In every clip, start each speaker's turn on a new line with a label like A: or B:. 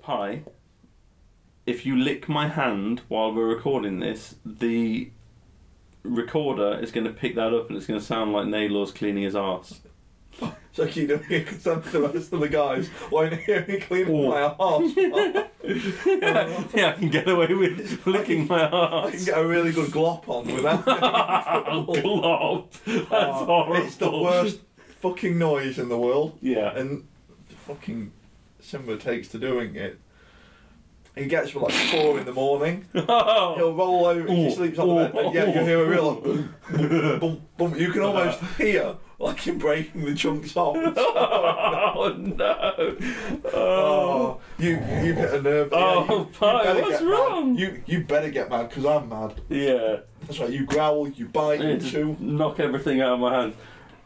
A: Pi, if you lick my hand while we're recording this, the recorder is going to pick that up and it's going to sound like Naylor's cleaning his ass.
B: So I keep doing it because the rest of the guys won't hear me cleaning my
A: Oh.
B: arse.
A: yeah, I can get away with licking my
B: I can
A: ass.
B: get a really good glop on without. That's
A: Glop. That's horrible.
B: Oh, It's the worst fucking noise in the world.
A: Yeah.
B: and the fucking Simba takes to doing it. He gets up at like four in the morning. He'll roll over. He
A: Ooh,
B: sleeps on the bed. And yeah, you'll hear a real boom, boom, boom, boom. You can almost hear like him breaking the chunks off.
A: oh no! Oh,
B: Oh, you you hit a nerve.
A: Oh,
B: you- you
A: Pi,
B: better
A: what's
B: get mad.
A: wrong?
B: You you better get mad because I'm mad.
A: yeah.
B: That's right. You growl. You bite.
A: Yeah,
B: You
A: just
B: chew.
A: knock everything out of my hand.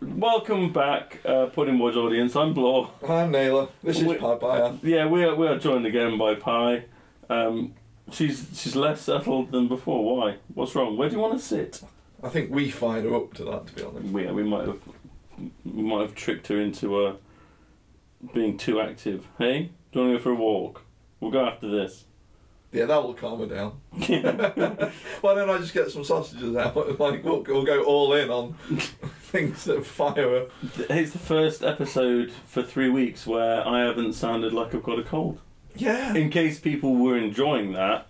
A: Welcome back, uh, Pudding Watch audience. I'm Blore.
B: Hi, Naylor. This is
A: Wait.
B: Pi Byer.
A: Yeah, we are, we are joined again by Pi. Um, she's she's less settled than before. Why? What's wrong? Where do you want to sit?
B: I think we fired her up to that, to be honest.
A: We we might have we might have tricked her into uh, being too active. Hey, do you want to go for a walk? We'll go after this.
B: Yeah, that will calm her down. Why don't I just get some sausages out? Like, we'll, we'll go all in on things that fire up.
A: It's the first episode for three weeks where I haven't sounded like I've got a cold.
B: Yeah.
A: In case people were enjoying that,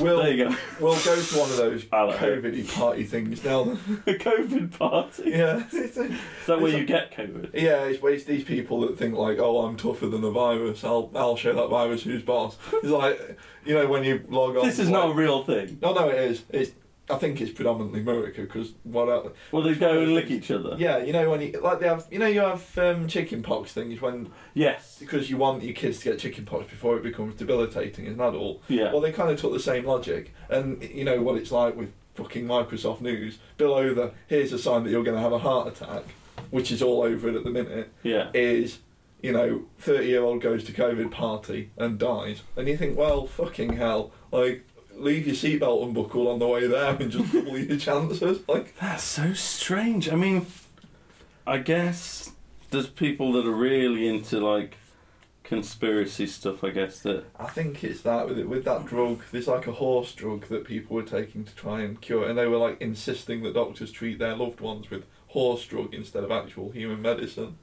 B: We'll,
A: there you go.
B: we'll go to one of those
A: I'll-
B: COVID party things now. then.
A: A COVID party.
B: yeah. It's a-
A: Is that where you get COVID?
B: yeah, it's, it's these people that think, like, oh, I'm tougher than the virus. I'll, I'll show that virus who's boss. It's like, you know, when you log on.
A: This is
B: to,
A: not a
B: like-
A: real thing.
B: No, no, it is. It's, I think it's predominantly America because what else?
A: Well, they go and lick each other.
B: Yeah, you know when you like they have, you know you have um, chicken pox things when
A: Yes.
B: because you want your kids to get chicken pox before it becomes debilitating as an adult.
A: Yeah.
B: Well, they kind of took the same logic, and you know what it's like with fucking Microsoft News below the here's a sign that you're going to have a heart attack, which is all over it at the minute.
A: Yeah.
B: Is you know thirty year old goes to COVID party and dies, and you think, well, fucking hell, like leave your seatbelt unbuckled on the way there and just double your chances, like.
A: That's so strange. I mean, I guess there's people that are really into like conspiracy stuff. I guess that.
B: I think it's that with with that drug. There's like a horse drug that people were taking to try and cure, it, and they were like insisting that doctors treat their loved ones with horse drug instead of actual human medicine.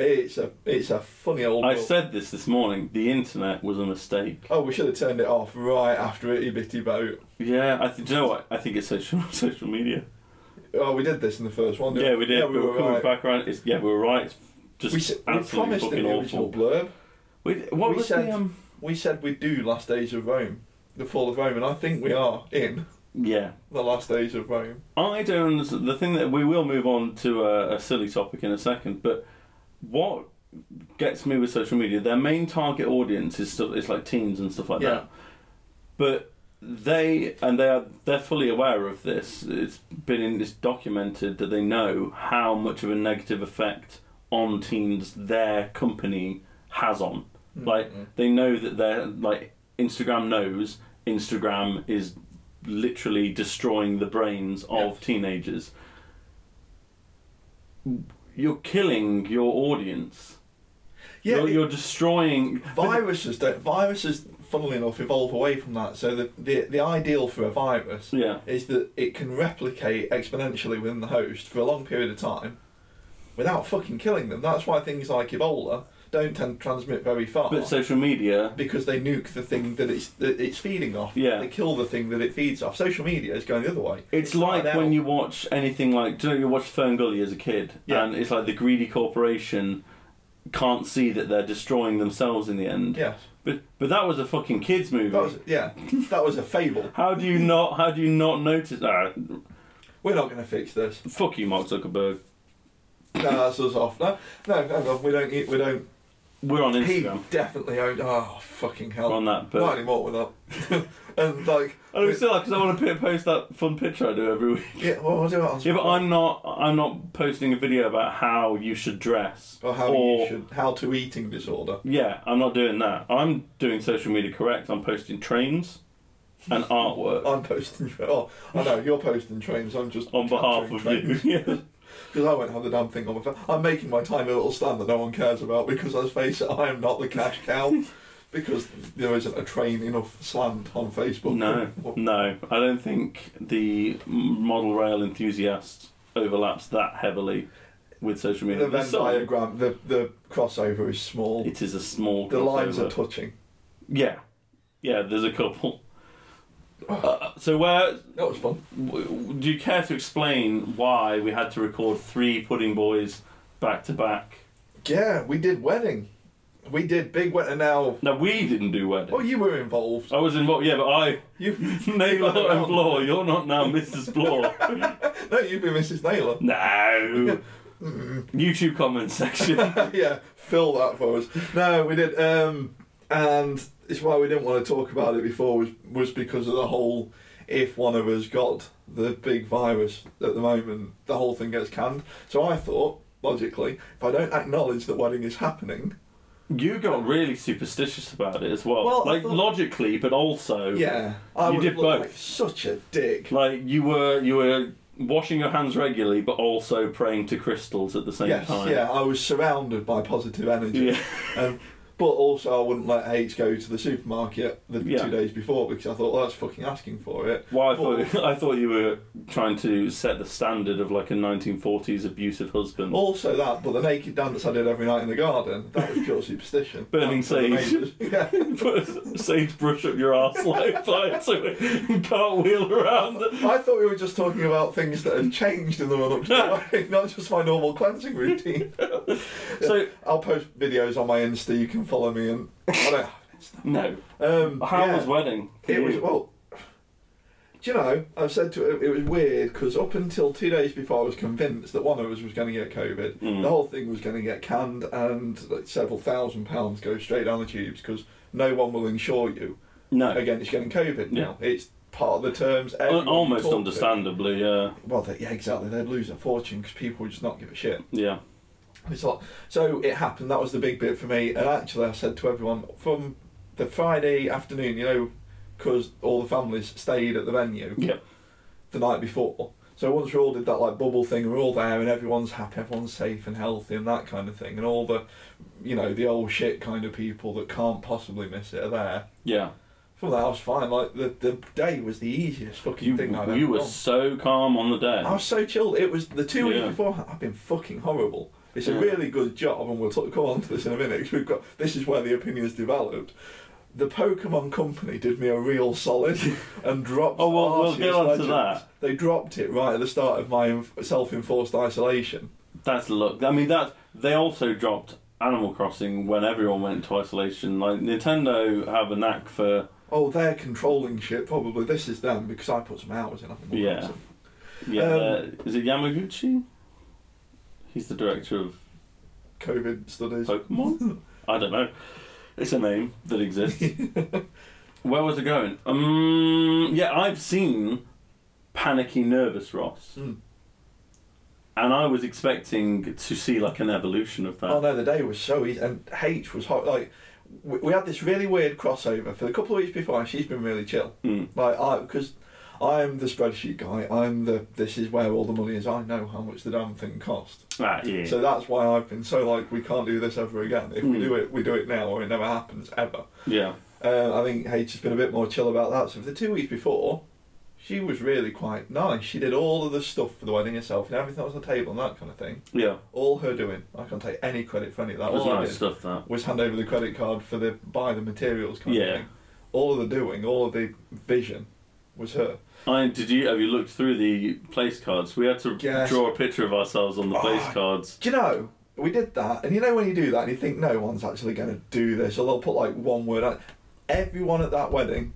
B: It's a it's a funny old.
A: I
B: world.
A: said this this morning. The internet was a mistake.
B: oh, we should have turned it off right after itty bitty boat.
A: Yeah. I th- do you know what? I think it's social social media.
B: Oh, we did this in the first one. didn't
A: Yeah, we did.
B: Yeah,
A: we
B: we
A: but
B: were
A: we're coming
B: right.
A: back around. It's, yeah, we were right. It's just
B: We, s- we
A: absolutely
B: promised in
A: fucking
B: the
A: awful.
B: original blurb.
A: We, what
B: we
A: was
B: said-
A: the um?
B: We said we'd do Last Days of Rome, the Fall of Rome, and I think we are in
A: Yeah.
B: the Last Days of Rome.
A: I don't. The thing that we will move on to a, a silly topic in a second, but what gets me with social media, their main target audience is stuff. It's like teens and stuff like
B: Yeah.
A: that. But they and they are they're fully aware of this. It's been in, it's documented that they know how much of a negative effect on teens their company has on. Like
B: Mhm.
A: they know that they're like Instagram knows Instagram is literally destroying the brains of
B: Yes.
A: teenagers. You're killing your audience.
B: yeah,
A: you're,
B: it-
A: you're destroying.
B: Viruses don't. Viruses, funnily enough, evolve away from that. So the the, the ideal for a virus
A: Yeah,
B: is that it can replicate exponentially within the host for a long period of time, without fucking killing them. That's why things like Ebola don't tend to transmit very far.
A: but social media.
B: because they nuke the thing that it's that it's feeding off.
A: Yeah.
B: They kill the thing that it feeds off. Social media is going the other way.
A: It's like
B: tied
A: when
B: out.
A: you watch anything like, do you know you watch Fern Gully as a kid,
B: Yeah.
A: and it's like the greedy corporation can't see that they're destroying themselves in the end.
B: Yes.
A: But but that was a fucking kids movie.
B: That was Mm. yeah. that was a fable.
A: How do you not? How do you not notice? Ah,
B: We're not going to fix this.
A: fuck you, Mark Zuckerberg.
B: No, that's us off. No, no, no, no, we don't. eat- We don't.
A: We're on
B: He
A: Instagram.
B: definitely owned. Oh fucking hell!
A: We're on that,
B: not
A: but
B: anymore. We're not. and like,
A: oh, we still because I want to p- post that fun picture I do every week.
B: yeah, well, we'll do it on.
A: Yeah, but I'm not. I'm not posting a video about how you should dress
B: or how you should how to eating disorder.
A: Yeah, I'm not doing that. I'm doing social media correct. I'm posting trains and artwork
B: I'm posting. tra- Oh, I know you're posting trains. I'm just
A: on behalf of you. Yeah.
B: because I won't have the damn thing on my phone. I'm making my tiny little stand that no one cares about because let's face it, I am not the cash cow. because there isn't a train enough slant on Facebook.
A: No, no, I don't think the model rail enthusiast overlaps that heavily with social media.
B: The Venn
A: Some-
B: diagram, the, the crossover is small.
A: It is a small.
B: the lines are
A: crossover.
B: touching.
A: yeah, yeah. There's a couple. Uh, so where
B: That was fun.
A: w- do you care to explain why we had to record three Pudding Boys back to back?
B: Yeah, we did wedding. We did big wedding. Now,
A: Now we didn't do wedding.
B: oh, you were involved.
A: I was involved. Yeah, but I
B: You
A: Naylor and Blore. You're not now Mrs. Blore.
B: no, you'd be Mrs. Naylor.
A: no. YouTube comment section.
B: yeah, fill that for us. No, we did. Um, and it's why we didn't want to talk about it before was was because of the whole if one of us got the big virus at the moment, the whole thing gets canned. So I thought logically, if I don't acknowledge that wedding is happening,
A: You got really superstitious about it as well.
B: Well, I
A: like
B: thought-
A: logically, but also
B: yeah, I
A: You
B: would
A: did
B: look
A: both.
B: like such a dick.
A: like you were you were washing your hands regularly, but also praying to crystals at the same
B: yes,
A: time.
B: yeah, I was surrounded by positive energy.
A: Yeah.
B: Um, but also, I wouldn't let H go to the supermarket the
A: Yeah.
B: two days before because I thought well, that's fucking asking for it.
A: Well, I
B: Well-
A: thought I thought you were trying to set the standard of like a 1940s abusive husband.
B: Also that, but the naked dance I did every night in the garden, that was pure superstition.
A: Burning
B: For the
A: sage.
B: neighbours. yeah.
A: Put sagebrush up your arse like fire to it and cartwheel around.
B: I thought we were just talking about things that have changed in the run up to the wedding, not just my normal cleansing routine.
A: So
B: I'll post videos on my Insta, you can follow me and I don't have an Insta.
A: no,
B: Um,
A: how
B: yeah.
A: was wedding? for
B: It was
A: you?
B: well. Do you know? I've said to it, it was weird because up until two days before, I was convinced that one of us was going to get COVID.
A: Mm.
B: The whole thing was going to get canned, and like, several thousand pounds go straight down the tubes because no one will insure you
A: no,
B: against getting COVID.
A: Yeah.
B: Now it's part of the terms.
A: Al-
B: everyone you
A: almost
B: talk to-
A: understandably, uh, yeah,
B: Well, they, yeah, exactly. They'd lose a fortune because people would just not give a shit.
A: yeah.
B: It's like, so it happened. That was the big bit for me. And actually, I said to everyone from the Friday afternoon, you know, because all the families stayed at the venue
A: Yep.
B: the night before. So once we all did that like bubble thing, we're all there and everyone's happy, everyone's safe and healthy and that kind of thing. And all the, you know, the old shit kind of people that can't possibly miss it are there.
A: Yeah,
B: From that, I was fine. Like the, the day was the easiest fucking
A: you,
B: thing I've ever
A: you were
B: done.
A: so calm on the day.
B: I was so chilled. It was the two
A: Yeah.
B: weeks before. I've been fucking horrible. It's a
A: Yeah.
B: really good job, and we'll talk, come on to this in a minute. 'cause we've got this is where the opinions developed. The Pokemon Company did me a real solid and dropped.
A: Oh, well, we'll
B: Arceus
A: get on to
B: Legends.
A: that.
B: They dropped it right at the start of my inf- self-enforced isolation.
A: That's luck. I mean, that they also dropped Animal Crossing when everyone went into isolation. Like Nintendo have a knack for
B: Oh, they're controlling shit. Probably this is them because I put some hours in. I think.
A: Yeah.
B: So-
A: yeah.
B: Um,
A: uh, is it Yamaguchi? He's the director of
B: COVID studies.
A: Pokemon. I don't know. It's a name that exists. Where was it going? Um, yeah, I've seen panicky, nervous Ross,
B: Mm.
A: and I was expecting to see like an evolution of that.
B: Oh no, the day was so easy, and H was hot. Like we, we had this really weird crossover for a couple of weeks before. and She's been really chill.
A: Mm.
B: Like I, because I'm the spreadsheet guy. I'm the this is where all the money is. I know how much the damn thing cost.
A: Ah, yeah.
B: So that's why I've been so like we can't do this ever again. If we
A: Mm.
B: do it, we do it now, or it never happens ever.
A: yeah.
B: Uh, I think H has been a bit more chill about that. So for the two weeks before, she was really quite nice. She did all of the stuff for the wedding herself, and everything was on the table and that kind of thing.
A: Yeah.
B: All her doing. I can't take any credit for any of that.
A: That was
B: All I
A: nice
B: did
A: stuff. That.
B: was hand over the credit card for the buy the materials kind
A: Yeah.
B: of thing. All of the doing, all of the vision was her.
A: I did you have you looked through the place cards? We had to
B: Yes.
A: draw a picture of ourselves on the
B: Oh.
A: place cards.
B: Do you know? We did that, and you know when you do that, and you think no one's actually going to do this, or they'll put like one word. Out. Everyone at that wedding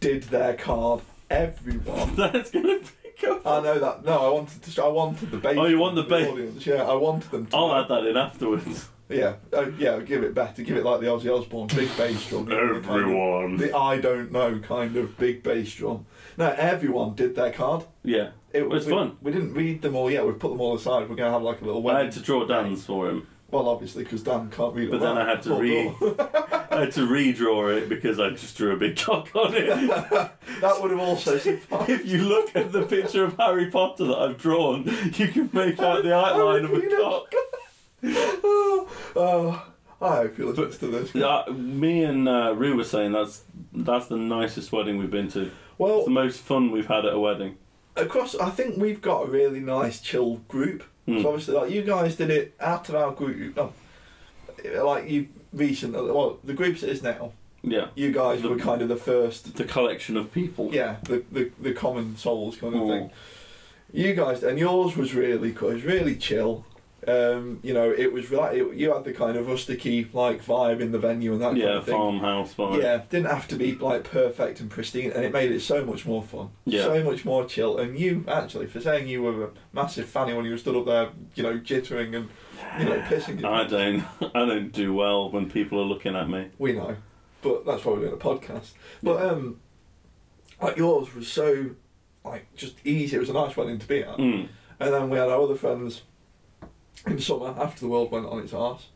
B: did their card. Everyone.
A: That's gonna pick up.
B: I know that. No, I wanted to. I wanted the base.
A: Oh, you want the Oh,
B: of
A: base.
B: audience? Yeah, I wanted them. to
A: I'll add that in afterwards.
B: Yeah, oh, yeah. Give it better. Give it like the Ozzy Osbourne big bass drum. you know, the kind of-
A: Everyone.
B: The I don't know kind of big bass drum. No, everyone did their card.
A: Yeah.
B: It
A: was
B: we,
A: fun.
B: We didn't read them all yet. We've put them all aside. We're going to have like a little
A: I
B: wedding.
A: had to draw Dan's for him,
B: Well, obviously, because Dan can't read.
A: but
B: them
A: then I
B: out.
A: had to
B: Poor
A: re,
B: dog.
A: I had to redraw it because I just drew a big cock on it.
B: that would have also sufficed.
A: if you look at the picture of Harry Potter that I've drawn,
B: Oh,
A: you can make out the outline of a
B: Harry
A: cock.
B: oh, oh, I hope he listens to this.
A: Yeah, me and uh, Rue were saying that's that's the nicest wedding we've been to. It's
B: Well,
A: the most fun we've had at a wedding.
B: across, I think we've got a really nice chill group.
A: Mm.
B: So obviously, like you guys did it out of our group, no, like you recently. Well, the groups it is now.
A: Yeah,
B: You guys
A: The-
B: were kind of the first.
A: the collection of people.
B: Yeah, the the, the common souls kind of
A: Mm.
B: thing. You guys and yours was really cool. It was really chill. Um, you know, it was like it, you had the kind of rusticy like vibe in the venue and that kind
A: yeah,
B: of thing.
A: farmhouse vibe.
B: Yeah, didn't have to be like perfect and pristine, and it made it so much more fun,
A: Yeah.
B: so much more chill. And you actually, for saying you were a massive fan when you stood up there, you know, jittering and you know pissing.
A: I don't, I don't do well when people are looking at me.
B: We know, but that's why we're doing a podcast. But um, like yours was so like just easy. It was a nice wedding to be at,
A: Mm.
B: and then we had our other friends in summer after the world went on its arse.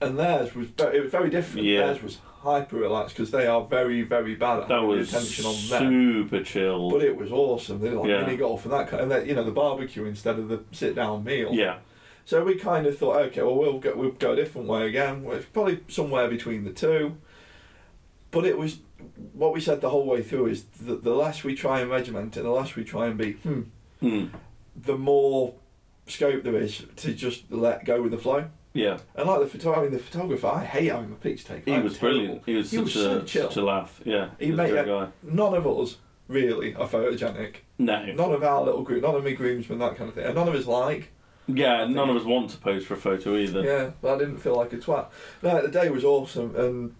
B: And theirs was ve- it was very different.
A: Yeah.
B: Theirs was hyper relaxed because they are very very bad at
A: That
B: having
A: was
B: attention on them.
A: super chill.
B: But it was awesome. They did like
A: Yeah.
B: mini golf and that kind, and that you know the barbecue instead of the sit down meal.
A: yeah,
B: So we kind of thought, okay, well we'll go we'll go a different way again. Well, It's probably somewhere between the two. But it was what we said the whole way through is the, the less we try and regiment it, the less we try and be, hmm,
A: mm.
B: the more scope there is to just let go with the flow.
A: yeah.
B: And like the photographer, I mean, the photographer, I hate having my pictures taken.
A: He
B: I'm
A: was
B: terrible.
A: brilliant. He was
B: He
A: such,
B: was so
A: a,
B: chill.
A: such a laugh. Yeah,
B: He
A: was a
B: made
A: great
B: that-
A: guy.
B: None of us really are photogenic.
A: No,
B: None of our little group, none of me groomsmen, that kind of thing. And none of us like.
A: yeah, none of us want to pose for a photo either.
B: Yeah, but I didn't feel like a twat. No, the day was awesome, and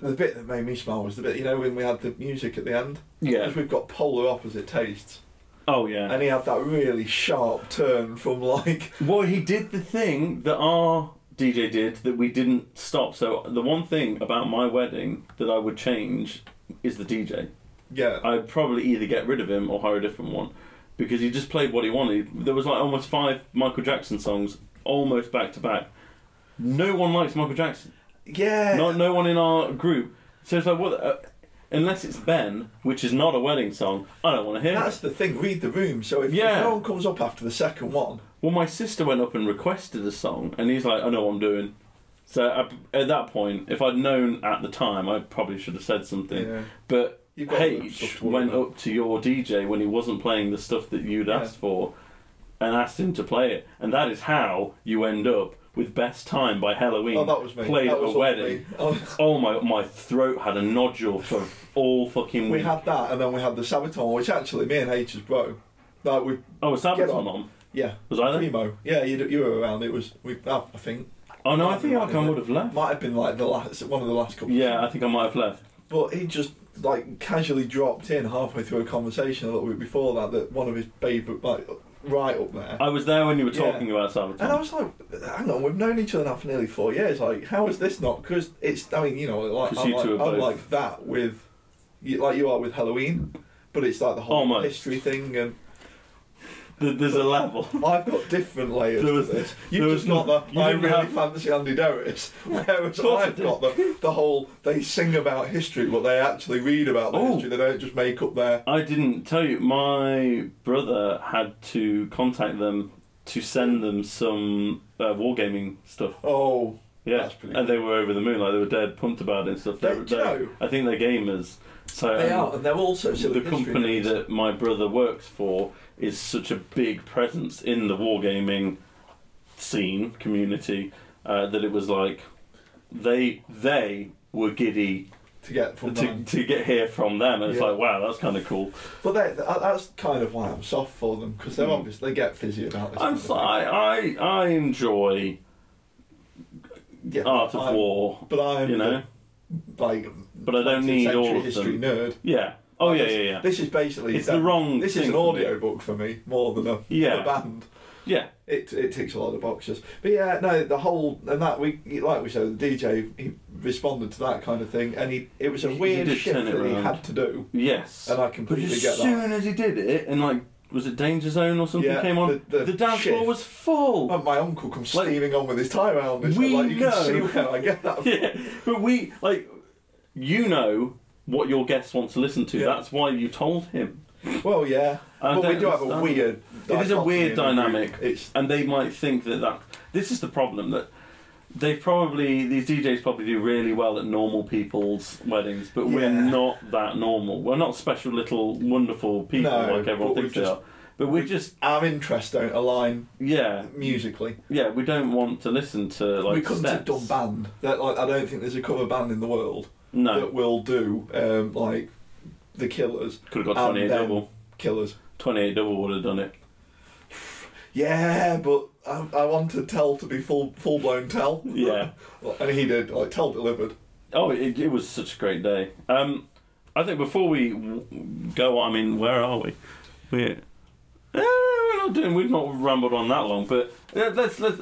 B: the bit that made me smile was the bit you know when we had the music at the end.
A: Yeah.
B: Because we've got polar opposite tastes,
A: Oh yeah.
B: and he had that really sharp turn from like
A: Well, he did the thing that our DJ did that we didn't stop. So the one thing about my wedding that I would change is the DJ.
B: yeah,
A: I'd probably either get rid of him or hire a different one because he just played what he wanted. There was like almost five Michael Jackson songs almost back to back. No one likes Michael Jackson.
B: yeah,
A: Not no one in our group. So it's like what. Uh, Unless it's Ben, which is not a wedding song, I don't want to hear
B: That's
A: it.
B: the thing. Read the room. So if, if
A: Yeah.
B: no one comes up after the second one,
A: Well, my sister went up and requested a song, and he's like, "I know what I'm doing." So I, at that point, if I'd known at the time, I probably should have said something.
B: yeah,
A: But
B: you've other stuff
A: H
B: to worry
A: went
B: about.
A: up to your DJ when he wasn't playing the stuff that you'd
B: Yeah.
A: asked for, and asked him to play it, and that is how you end up with "Best Time" by Halloween.
B: Oh, that was me.
A: played
B: that
A: at
B: was
A: a
B: all
A: wedding.
B: me. Oh.
A: Oh my! My throat had a nodule for all fucking
B: We
A: week.
B: had that, and then we had the Sabaton, which actually me and H is bro. Like we,
A: oh, was that
B: Get
A: on?
B: on.
A: on?
B: yeah,
A: Was I there?
B: primo. Yeah, you, you were around. It was we. I I think
A: Oh no, I think I
B: Yeah.
A: would have left.
B: might have been like the last one of the last couple.
A: Yeah, I think I might have left.
B: But he just like casually dropped in halfway through a conversation a little bit before that that one of his favourite like right up there.
A: I was there when you were
B: Yeah.
A: talking about Sabaton.
B: and I was like, hang on, we've known each other now for nearly four years. Like, how is this not? Because it's, I mean, you know, like
A: 'Cause
B: I'm,
A: you
B: like,
A: two are
B: I'm
A: both-
B: like that with, you, like you are with Halloween, but it's like the whole
A: Almost.
B: history thing, and
A: Th- There's a level.
B: I've got different layers
A: There
B: to
A: was-
B: this.
A: there
B: You've
A: was
B: just got
A: no-
B: the
A: you
B: I
A: didn't
B: really
A: have-
B: fancy Andy Derris, whereas
A: Of course I
B: I've got the, the whole they sing about history, but they actually read about the
A: Oh.
B: history. They don't just make up their
A: I didn't tell you. My brother had to contact them to send them some uh, wargaming stuff.
B: oh.
A: Yeah,
B: That's pretty
A: and they were over the moon. Like they were dead pumped about it and stuff.
B: They,
A: were-
B: do you know,
A: I think they're gamers. So
B: they
A: um,
B: are, and they're also silly
A: the
B: history
A: company
B: nerds.
A: that my brother works for is such a big presence in the wargaming scene community uh, that it was like they they were giddy
B: to get from
A: to,
B: them.
A: to get here from them and it's
B: Yeah.
A: like wow that's kind of cool
B: But they, that- that's kind of why I'm soft for them because they're
A: Mm.
B: obvious. They get fizzy about this. kind
A: I'm
B: of
A: so,
B: thing.
A: I, I I enjoy
B: Yeah,
A: Art of
B: I'm-
A: War,
B: but I'm
A: you know,
B: the, like,
A: but I don't need
B: 20th
A: all
B: century
A: of
B: history
A: them.
B: nerd.
A: Yeah. Oh
B: Like,
A: yeah,
B: this-
A: yeah, yeah.
B: This is basically
A: It's the wrong.
B: This
A: thing
B: is an
A: for me.
B: audio book for me more than a,
A: Yeah.
B: a band.
A: Yeah.
B: It, it ticks a lot of boxes, but yeah, no, the whole and that we like we said the DJ he responded to that kind of thing, and he it was a
A: He
B: weird
A: did
B: shift
A: turn it
B: that he
A: round.
B: had to do,
A: Yes.
B: and I
A: But
B: completely
A: as
B: get that.
A: soon as he did it, and like, was it Danger Zone or something
B: Yeah,
A: came on? The,
B: the- the
A: dance floor
B: shift. Oh,
A: was full.
B: And my uncle comes
A: Like,
B: steaming on with his tie round. It's
A: we
B: like you
A: know-
B: can see where I get that. from.
A: yeah. But we like, you know what your guest wants to listen to.
B: Yeah.
A: That's why you told him.
B: Well, yeah,
A: I
B: but we
A: don't
B: do have a
A: understand.
B: weird.
A: It is a
B: dichotomy
A: weird
B: in the group.
A: dynamic.
B: It's
A: and they might think that that this is the problem that they probably these DJs probably do really well at normal people's weddings, but we're
B: Yeah.
A: not that normal. We're not special little wonderful people
B: No,
A: like
B: but
A: everyone
B: we
A: thinks they
B: just-
A: are. But we're
B: we-
A: just
B: Our interests don't align
A: yeah
B: musically.
A: yeah we don't want to listen to like
B: we couldn't have
A: steps.
B: done band. That like I don't think there's a cover band in the world
A: No,
B: that will do um, like the Killers.
A: could have got
B: And
A: twenty eight
B: Um, then-
A: double.
B: Killers.
A: Twenty eight double would have done it.
B: Yeah, but I, I wanted Tell to be full full blown Tell.
A: Yeah.
B: and he did. Like Tell delivered.
A: Oh, it, it was such a great day. Um, I think before we w- go on, I mean, where are we? We're, Eh, we're not doing. We've not rambled on that long, but uh, let's let's.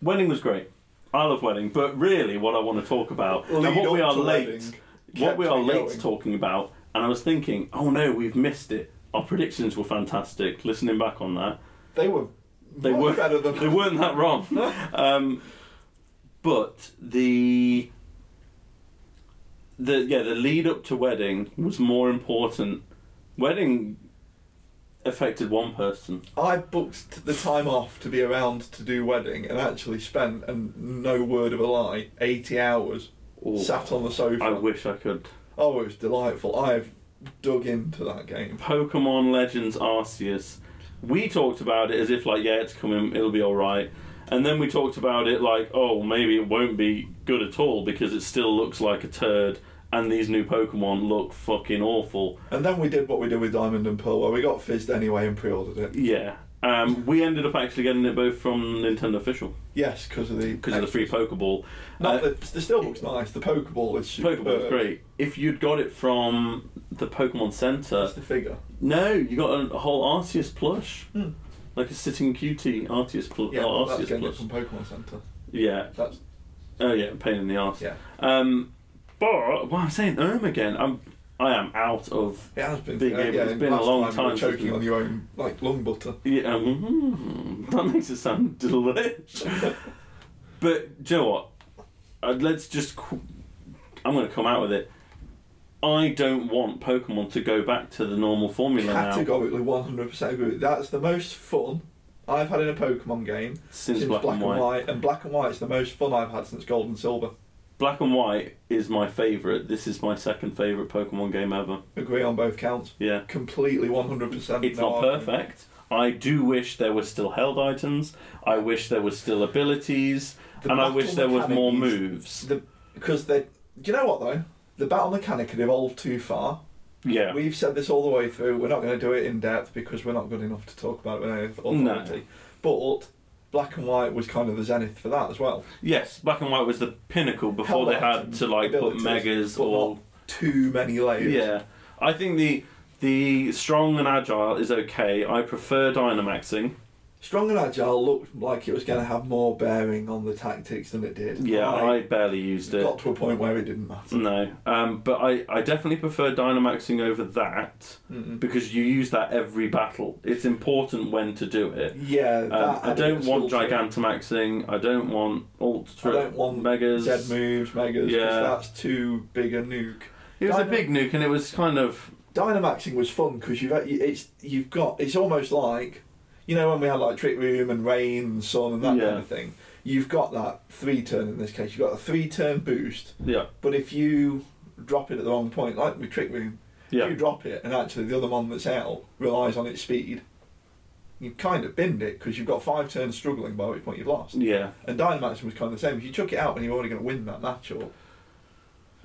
A: Wedding was great. I love wedding, but really, what I want to talk about and
B: Lead
A: what we
B: up
A: are
B: to
A: late,
B: wedding
A: what
B: kept
A: we are
B: me
A: late
B: going.
A: talking about, and I was thinking, oh no, we've missed it. Our predictions were fantastic. Listening back on that,
B: They were.
A: They
B: much
A: were-
B: better than
A: they weren't that wrong. Um, but the the yeah the lead up to wedding was more important. Wedding affected one person.
B: I booked the time off to be around to do wedding and actually spent, and no word of a lie, 80 hours
A: Oh,
B: sat on the sofa.
A: I wish I could.
B: oh, it was delightful. I've dug into that game.
A: Pokemon Legends Arceus. We talked about it as if like yeah it's coming, it'll be all right. And then we talked about it like oh maybe it won't be good at all because it still looks like a turd and these new Pokemon look fucking awful.
B: And then we did what we did with Diamond and Pearl, where we got fizzed anyway and pre ordered it.
A: Yeah. Um, we ended up actually getting it both from Nintendo Official
B: Yes, because of the.
A: because of the free Pokeball.
B: Not
A: uh,
B: the, the still looks nice. The Pokeball is super.
A: Pokeball's great. If you'd got it from the Pokemon Center,
B: That's the figure.
A: no, you got a whole Arceus plush,
B: Hmm.
A: like a sitting cutie Arceus, pl-
B: Yeah,
A: oh,
B: that's
A: Arceus
B: getting it
A: plush.
B: from Pokemon Center.
A: Yeah.
B: That's
A: Oh yeah, pain in the arse.
B: yeah.
A: Um, but what I'm saying, um, again, I'm I am out of
B: It has been. uh,
A: Big game,
B: yeah,
A: it's
B: in
A: been a
B: last
A: long
B: you were
A: time since
B: choking
A: we-
B: on your own like lung butter.
A: Yeah, mm, that makes it sound delicious. but do you know what? Uh, let's just. Qu- I'm going to come out with it. I don't want Pokemon to go back to the normal formula now
B: Categorically, one hundred percent agree. with you. That's the most fun I've had in a Pokemon game
A: since, Black, and White.
B: and Black and White is the most fun I've had since Gold and Silver.
A: Black and White is my favourite. This is my second favourite Pokemon game ever.
B: Agree on both counts.
A: Yeah.
B: Completely, one hundred percent.
A: It's not perfect. I do wish there were still held items. I wish there was still abilities. and I wish there was more moves.
B: Because they, you know what though, the battle mechanic had evolved too far.
A: Yeah.
B: We've said this all the way through. We're not going to do it in depth because we're not good enough to talk about it with any authority. But Black and White was kind of the zenith for that as well.
A: Yes, black and white was the pinnacle before
B: Held
A: they had
B: items,
A: to like put
B: abilities,
A: megas
B: but
A: or
B: Too many layers.
A: yeah. I think the the strong and agile is okay. I prefer Dynamaxing.
B: Strong and agile looked like it was going to have more bearing on the tactics than it did.
A: Yeah,
B: I
A: I barely used it.
B: got to a point where it didn't matter.
A: No, um, but I, I definitely prefer Dynamaxing over that
B: Mm-mm.
A: because you use that every battle. It's important when to do it.
B: Yeah, that
A: Um, I
B: added
A: don't
B: a
A: want
B: sort of-
A: Gigantamaxing. I don't want Ultra
B: I don't want
A: Megas.
B: Z moves, megas.
A: Yeah.
B: Yeah, that's too big a nuke.
A: It was a
B: Dyna-
A: big nuke and it was kind of
B: Dynamaxing was fun because you've it's you've got it's almost like you know when we had like Trick Room and Rain and Sun and that kind
A: Yeah.
B: of thing. You've got that three turn in this case. You've got a three turn boost,
A: yeah
B: but if you drop it at the wrong point, like with Trick Room, if
A: yeah
B: you drop it and actually the other one that's out relies on its speed, you've kind of binned it because you've got five turns struggling by which point you've lost.
A: yeah.
B: And Dynamaxing was kind of the same. If you took it out when you were already going to win that matchup,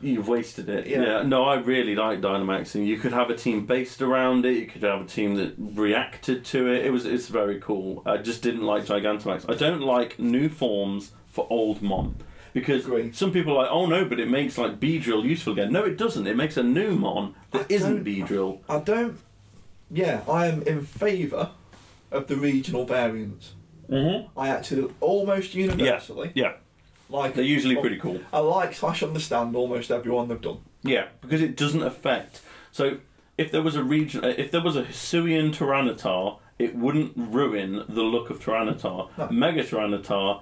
A: You've wasted it. Yeah.
B: Yeah.
A: No, I really like Dynamaxing. You could have a team based around it. You could have a team that reacted to it. It was. It's very cool. I just didn't like Gigantamax. I don't like new forms for old Mon because
B: Agree.
A: some people are like, oh no, but it makes like Beedrill useful again. No, it doesn't. It makes a new Mon
B: I
A: that
B: don't-
A: isn't Beedrill.
B: I don't. Yeah, I am in favour of the regional variants.
A: Mm-hmm.
B: I actually almost universally
A: Yeah,
B: like.
A: they're usually pretty cool.
B: I like slash understand almost everyone they've done.
A: Yeah, because it doesn't affect. So if there was a region, uh, if there was a Hisuian Tyranitar, it wouldn't ruin the look of Tyranitar.
B: No.
A: Mega Tyranitar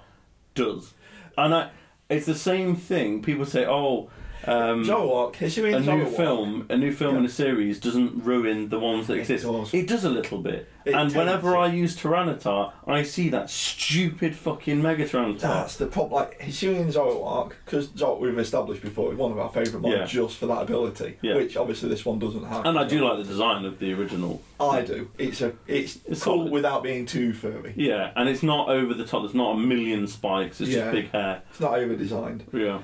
A: does, and I. It's the same thing. People say, "Oh, Um,
B: Zoroark, Hisui
A: a
B: and
A: new
B: Zoroark.
A: film, a new film
B: Yeah.
A: in a series doesn't ruin the ones that
B: It
A: exist.
B: does.
A: It does a little bit.
B: It
A: and whenever
B: tends
A: I use Tyranitar, I see that stupid fucking Mega Tyranitar.
B: That's the problem. Like Hisui and Zoroark, because Zork we've established before is one of our favourite ones
A: Yeah.
B: just for that ability,
A: Yeah.
B: which obviously this one doesn't have.
A: and I do like the design of the original.
B: I do. It's a it's,
A: It's
B: cool
A: solid.
B: without being too furry.
A: Yeah, and it's not over the top. There's not a million spikes. It's
B: Yeah.
A: just big hair.
B: It's not over designed.
A: Yeah,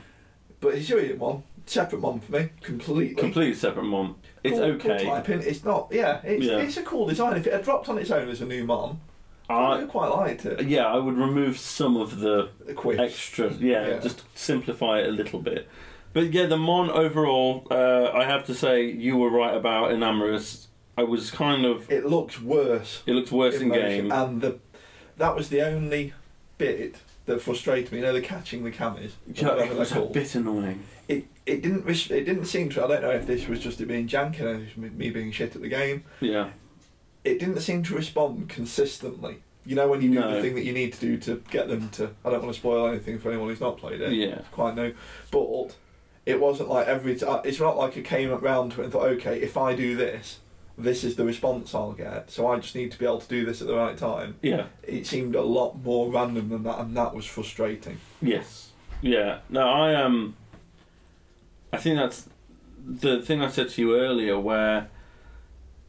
B: But Hisui one, separate one for me, completely.
A: completely separate mom. It's
B: Cool- cool
A: okay.
B: typing. It's not. Yeah, it's,
A: Yeah.
B: it's a cool design. If it had dropped on its own as a new mom, I would
A: I
B: have quite liked it.
A: yeah, I would remove some of the
B: Quick.
A: extra. Yeah,
B: Yeah.
A: just simplify it a little bit. But yeah, the Mon overall, uh, I have to say, you were right about Enamorous. I was kind of.
B: It looks worse.
A: It looks worse in
B: motion,
A: game.
B: And the that was the only bit that frustrated me. You know, the catching the cameras.
A: Yeah,
B: whatever
A: it
B: they're
A: was a
B: called.
A: bit annoying.
B: It it didn't res- it didn't seem to. I don't know if this was just it being jank and it was me being shit at the game.
A: Yeah,
B: It didn't seem to respond consistently. You know when you do
A: No.
B: the thing that you need to do to get them to. I don't want to spoil anything for anyone who's not played it.
A: yeah,
B: quite new. But it wasn't like every time. It's not like I came round to it and thought, okay, if I do this, this is the response I'll get. So I just need to be able to do this at the right time.
A: yeah,
B: It seemed a lot more random than that, and that was frustrating.
A: yes, yeah. No, I Um, I think that's the thing I said to you earlier, where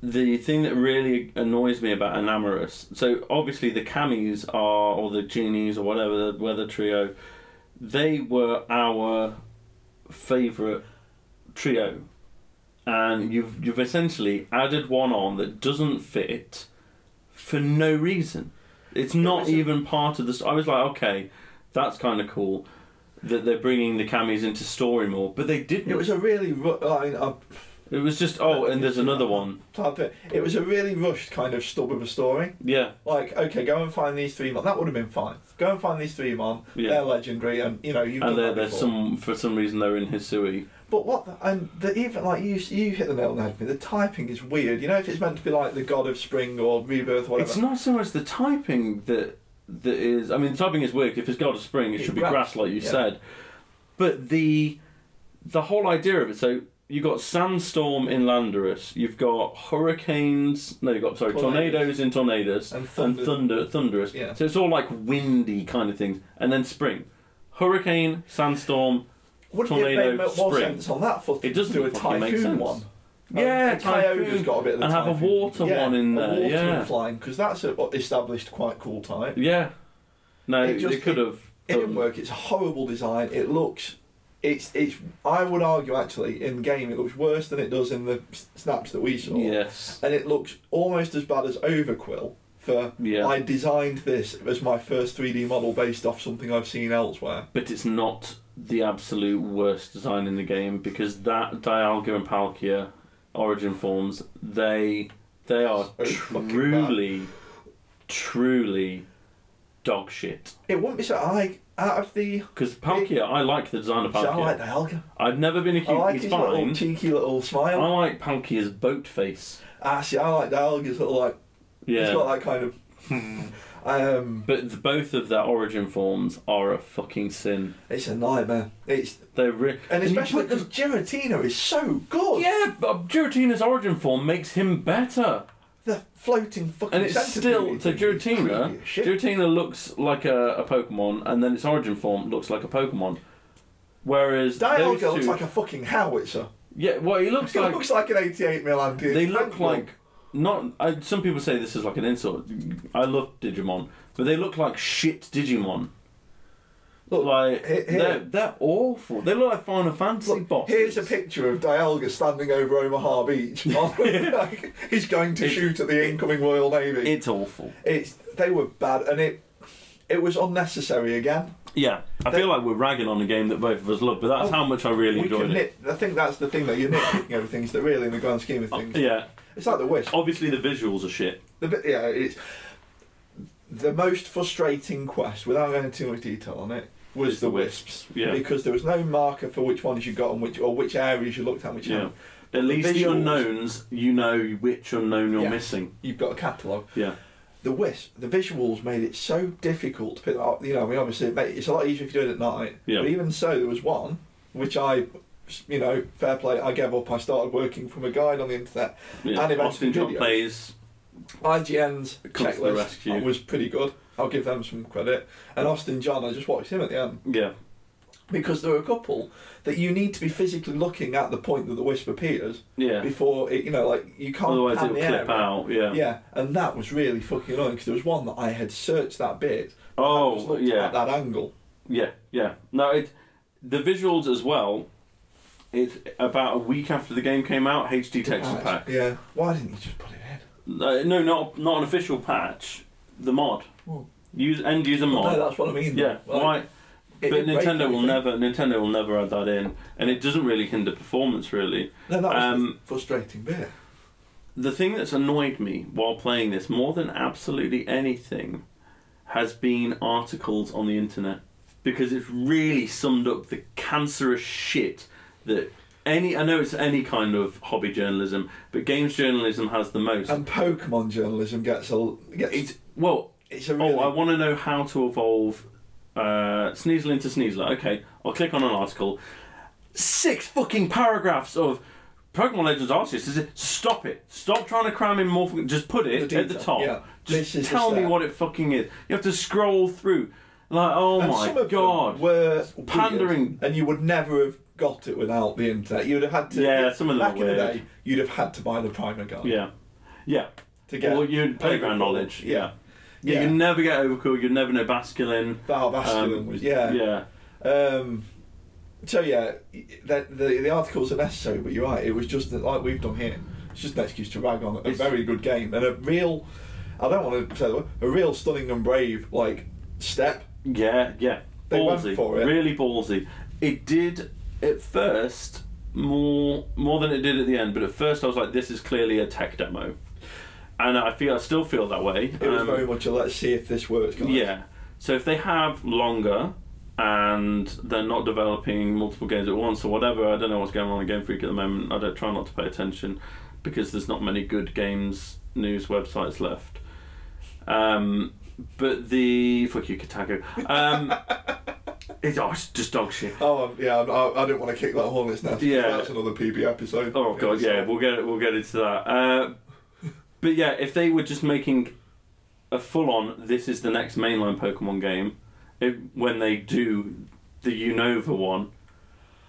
A: the thing that really annoys me about Enamorous. So obviously the Camis are, or the Genies, or whatever the Weather Trio, they were our favourite trio, and you've you've essentially added one on that doesn't fit for no reason. It's not
B: isn't.
A: even part of the. s- I was like, okay, that's kind of cool that they're bringing the camis into story more, but they didn't.
B: It was a really ru- I mean, I
A: It was just oh, and there's another one.
B: type it. It was a really rushed kind of stub of a story.
A: Yeah,
B: Like, okay, go and find these three mon. That would have been fine. Go and find these three mon. They're
A: yeah.
B: legendary, and you know you've done
A: And there,
B: that
A: there's
B: before.
A: some for some reason they're in Hisui.
B: But what the, and the, even like you you hit the nail on the head. with me, The typing is weird. You know if it's meant to be like the god of spring or rebirth, whatever.
A: It's not so much the typing that that is. I mean, the typing is weird. If it's God of Spring, it
B: Yeah,
A: should be
B: grass,
A: grass, like you
B: yeah.
A: said. But the the whole idea of it. So you have got sandstorm in Landorus. You've got hurricanes. No, you've got sorry
B: Tornadoes.
A: tornadoes in Tornadoes.
B: and
A: and
B: thunder.
A: thunder, thunderous.
B: Yeah.
A: So it's all like windy kind of things, and then spring, hurricane, sandstorm.
B: Wouldn't it
A: tornado,
B: make more
A: spring.
B: sense on that footage?
A: It doesn't
B: do a
A: fucking
B: typhoon
A: make sense.
B: one.
A: Yeah,
B: a coyote's
A: typhoon,
B: got a bit of the
A: and have a
B: typhoon.
A: water
B: yeah,
A: one in
B: A
A: there,
B: water
A: yeah.
B: and flying because that's a established quite cool type.
A: Yeah. No,
B: It just-
A: they could have.
B: It didn't work. It's a horrible design. It looks. It's it's. I would argue actually in game it looks worse than it does in the s- snaps that we saw.
A: Yes.
B: And it looks almost as bad as Overquill for
A: Yeah.
B: I designed this as my first 3D model based off something I've seen elsewhere.
A: But it's not the absolute worst design in the game because that Dialga and Palkia origin forms, they they are
B: So fucking
A: truly, truly dog shit.
B: It wouldn't be so. I out of the.
A: Because Palkia, I like the design of
B: See, I like
A: Palkia.
B: the Helga.
A: I've never been a
B: I
A: cute.
B: like
A: he's
B: his
A: fine.
B: little cheeky little
A: I
B: smile.
A: like Palkia's boat face.
B: Ah, see, I like the Helga's little like. He's
A: Yeah. Hmm.
B: got that kind of. um,
A: But the, both of their origin forms are a fucking sin.
B: it's a nightmare. It's
A: They're ri-
B: and
A: you
B: especially
A: put them-
B: because Giratina is so good.
A: Yeah, but Giratina's origin form makes him better.
B: The floating fucking.
A: And it's still.
B: centipede
A: So,
B: thing is creepy
A: Giratina.
B: as shit.
A: Giratina looks like a, a Pokemon, and then its origin form looks like a Pokemon. Whereas. Those
B: Dialga
A: two,
B: looks like a fucking howitzer.
A: yeah, well, he looks
B: He
A: like.
B: looks like an 88 mil anti.
A: They look like. Not I, some people say this is like an insult. I love Digimon, but they look like shit Digimon.
B: Look,
A: like
B: he- here-
A: they're, they're awful. They look like Final Fantasy
B: Look,
A: bosses.
B: Here's a picture of Dialga standing over Omaha Beach. Like, he's going to
A: It-
B: shoot at the incoming Royal Navy.
A: It's awful.
B: it's they were bad, and it it was unnecessary again.
A: Yeah, I
B: They-
A: feel like we're ragging on a game that both of us love, but that's
B: Oh,
A: how much I really
B: we
A: enjoyed
B: can
A: it.
B: nit- I think that's the thing that you're nitpicking over things that really, in the grand scheme of
A: Oh,
B: things,
A: yeah,
B: it's like the wish.
A: obviously the visuals are shit.
B: The bit, yeah, it's the most frustrating quest. Without going into too much detail on it, was
A: It's
B: the,
A: the
B: wisps.
A: Yeah,
B: Because there was no marker for which ones you got and which or which areas you looked at, and which
A: yeah.
B: hadn't.
A: At least the
B: visuals-
A: unknowns, you know which unknown you're
B: Yeah.
A: missing.
B: you've got a catalogue.
A: Yeah,
B: the wisp, the visuals made it so difficult to pick that up. You know, I mean, obviously, it made, it's a lot easier if you do it at night.
A: Yeah.
B: But even so, there was one which I you know, fair play. I gave up. I started working from a guide on the internet.
A: Yeah.
B: And eventually
A: Austin John
B: videos.
A: plays.
B: IGN's
A: Comes to the rescue.
B: checklist was pretty good. I'll give them some credit. And Austin John, I just watched him at the end
A: Yeah,
B: because there were a couple that you need to be physically looking at the point that the whisper appears
A: yeah.
B: before it. You know, like you can't.
A: Otherwise,
B: pan
A: it'll
B: the
A: clip
B: area.
A: out. Yeah.
B: Yeah, and that was really fucking annoying because there was one that I had searched that bit. I
A: Oh,
B: just looked
A: yeah.
B: At that angle.
A: Yeah, yeah. No, it the visuals as well. It's about a week after the game came out. HD texture pack.
B: Yeah. Why didn't you just put it in?
A: No, no, not not an official patch. The mod.
B: Oh.
A: Use end user
B: No,
A: mod.
B: that's what I mean.
A: yeah.
B: Like,
A: why?
B: it
A: But
B: didn't break
A: Nintendo will
B: anything.
A: never. Nintendo will never add that in, and it doesn't really hinder performance. Really,
B: No, that was
A: um,
B: the frustrating bit.
A: the thing that's annoyed me while playing this more than absolutely anything has been articles on the internet because it's really summed up the cancerous shit that any I know it's any kind of hobby journalism, but games journalism has the most.
B: And Pokemon journalism gets a gets it's,
A: it's well,
B: a really
A: oh, I want to know how to evolve uh, Sneasel into Sneasler. Okay, I'll click on an article. Six fucking paragraphs of Pokemon Legends Arceus. Is it? Stop it. Stop trying to cram in more. fucking- Just put it
B: The
A: at the
B: detail,
A: top.
B: yeah.
A: Just
B: This is
A: tell
B: just
A: me
B: that.
A: what it fucking is. You have to scroll through. Like, oh
B: and some
A: my
B: of
A: god.
B: them were weird,
A: pandering.
B: and you would never have got it without the internet. You'd have had to
A: Yeah, some of them
B: back
A: were
B: in the
A: weird.
B: day. You'd have had to buy the primer guide
A: Yeah, yeah.
B: to get
A: or you playground
B: Overcool.
A: knowledge. Yeah. yeah,
B: Yeah.
A: You never get overcool. You never know Basculin.
B: Val Basculin
A: Um,
B: was yeah.
A: yeah.
B: Um, so yeah, that the, the articles are necessary, but you're right. It was just that, like we've done here. It's just an excuse to rag on a
A: It's-
B: very good game and a real. I don't want to say the word, a real stunning and brave like step.
A: Yeah, yeah.
B: They went
A: ballsy,
B: for it.
A: really ballsy. It did at first more more than it did at the end, but at first I was like, this is clearly a tech demo, and I feel I still feel that way.
B: It was
A: Um,
B: very much a let's see if this works. Guys.
A: yeah. So if they have longer and they're not developing multiple games at once or whatever, I don't know what's going on in Game Freak at the moment. I don't try not to pay attention because there's not many good games news websites left. Um, but the fuck you, Kotaku. Um, it's, oh, it's just dog shit.
B: Oh um, yeah, I, I didn't want to kick that hornet's nest.
A: Yeah.
B: that's another PB episode.
A: Oh god, yeah, we'll get we'll get into that. Uh, but yeah, if they were just making a full-on, this is the next mainline Pokemon game, if, when they do the Unova one,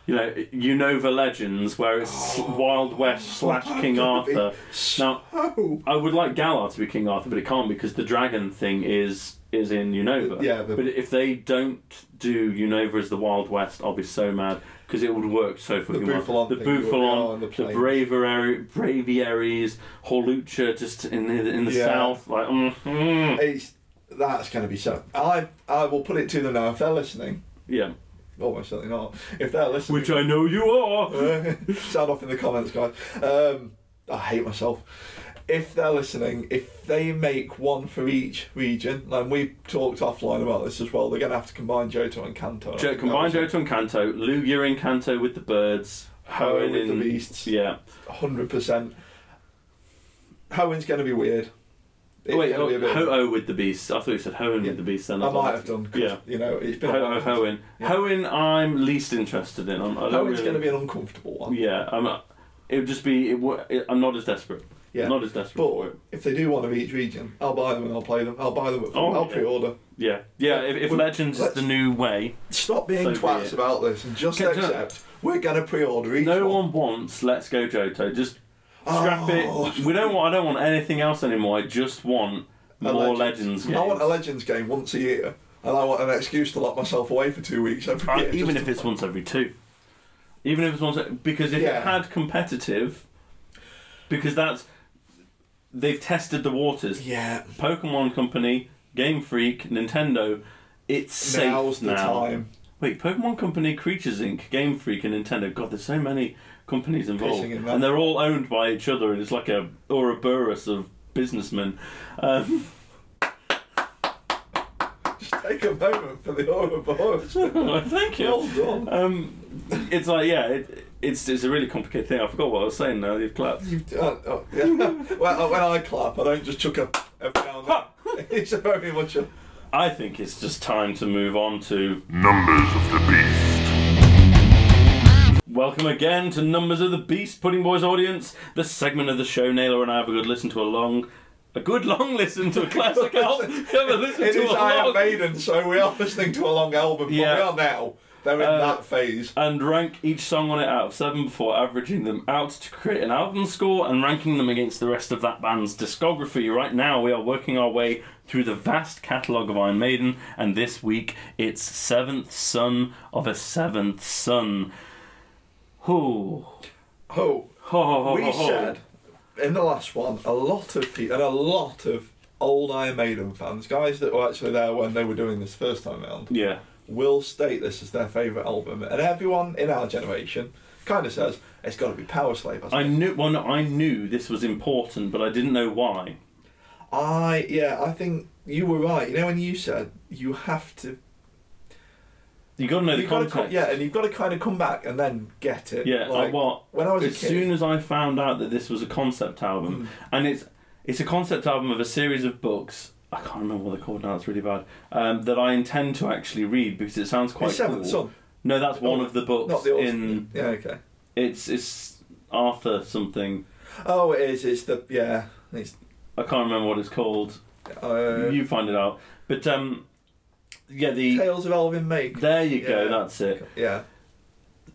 A: you know, Unova Legends, where it's Wild West slash King Arthur. Now,
B: Oh,
A: I would like Galar to be King Arthur, but it can't because the dragon thing is is in Unova.
B: Yeah, the-
A: but if they don't do Unova as the Wild West, I'll be so mad because it would work so fucking well.
B: Buffalon
A: The
B: thing would be all
A: Buffalon,
B: in the
A: the,
B: plains.
A: Braviary, Braviaries, Holucha, just in the in the
B: Yeah.
A: south, like. Mm, mm.
B: it's that's going to be so. I I will put it to them now if they're listening.
A: Yeah,
B: Almost certainly not. If they're listening,
A: which I know you are.
B: Uh, sound off in the comments, guys. Um, I hate myself. If they're listening, if they make one for each region, and we talked offline about this as well, they're going to have to combine Johto and Kanto.
A: Jo- combine Johto and Kanto, Lugia in Kanto with the birds,
B: Hoenn
A: Hoenn
B: with the
A: in-
B: beasts.
A: Yeah,
B: hundred percent. Hoen's going to be weird. It's
A: wait,
B: gonna
A: oh,
B: be a bit-
A: Ho-Oh with the beasts. I thought you said Hoenn
B: Yeah.
A: with the beasts. Then
B: I might
A: thought-
B: have done. 'cause,
A: Yeah.
B: you know, it's been. a
A: Ho-
B: while.
A: Hoenn.
B: Yeah.
A: Hoenn, I'm least interested in. I'm, I am i do not
B: Hoen's
A: really,
B: going to be an uncomfortable one.
A: Yeah, I'm. uh, It would just be. It, wo- it, I'm not as desperate.
B: Yeah.
A: Not as desperate. for
B: But
A: it.
B: if they do one of each region, I'll buy them and I'll play them. I'll buy them. At
A: Oh,
B: I'll
A: yeah.
B: pre-order.
A: Yeah. Yeah. If, if
B: Well,
A: Legends is
B: let's-
A: the new way,
B: Stop being
A: So be
B: twats
A: it.
B: about this and just
A: Can- can I-
B: accept we're going to pre-order each
A: no one
B: one.
A: wants Let's Go Johto. Just scrap
B: Oh.
A: it. We don't want. I don't want anything else anymore. I just want
B: A
A: more Legends, games.
B: I want a Legends game once a year, and I want an excuse to lock myself away for two weeks every
A: Uh,
B: year.
A: even
B: just
A: if it's once every two. Even if it's once, because if
B: Yeah.
A: it had competitive, because that's they've tested the waters.
B: to- yeah,
A: Pokemon Company, Game Freak, Nintendo. It's safe
B: now's the
A: now.
B: time.
A: Wait, Pokemon Company, Creatures Inc., Game Freak, and Nintendo. God, there's so many companies involved,
B: Pissing in that.
A: and they're all owned by each other, and it's like a Ouroboros of businessmen. Um,
B: Just take a moment for the Ouroboros.
A: thank
B: well
A: you.
B: done.
A: Um, it's like yeah, it, it's it's a really complicated thing. I forgot what I was saying now. You've clapped.
B: You've, uh, oh, yeah. well, uh, when I clap, I don't just chuck a every now and then. it's a very much a.
A: I think it's just time to move on to
C: Numbers of the Beast.
A: well Welcome again to Numbers of the Beast, Pudding Boys audience. The segment of the show Naylor and I have a good listen to a long, a good long listen to a classic album. Have a listen
B: It
A: to
B: is
A: a
B: Iron
A: long-
B: Maiden, so we are listening to a long album,
A: Yeah.
B: but we are now. They're in
A: Uh,
B: that phase.
A: and rank each song on it out of seven before averaging them out to create an album score and ranking them against the rest of that band's discography. Right now, we are working our way through the vast catalogue of Iron Maiden, and this week it's Seventh Son of a Seventh Son. Who?
B: Oh, we said in the last one a lot of people and a lot of old Iron Maiden fans, guys that were actually there when they were doing this first time round,
A: Yeah.
B: will state this as their favourite album, and everyone in our generation kind of says it's got to be Power Slave. Hasn't
A: I
B: it?
A: knew. Well, no, I knew this was important, but I didn't know why.
B: I yeah, I think you were right. You know when you said you have to,
A: You got to know the
B: you've got to
A: context.
B: come, yeah, and you've got to kind of come back and then get it.
A: Yeah, I
B: like,
A: what?
B: when I was
A: as
B: a kid. mm,
A: soon as I found out that this was a concept album, and it's it's a concept album of a series of books. I can't remember what they're called now. It's really bad. Um, that I intend to actually read because it sounds quite
B: It's Seventh
A: cool.
B: Son,
A: No, that's one
B: Oh,
A: of the books
B: not the old.
A: in
B: Yeah, okay.
A: it's it's Arthur something.
B: Oh, it is. It's the yeah. It's
A: I can't remember what it's called.
B: uh,
A: you find it out. But um, yeah, the
B: Tales of Elvin May.
A: there you go.
B: Yeah.
A: That's it.
B: Yeah.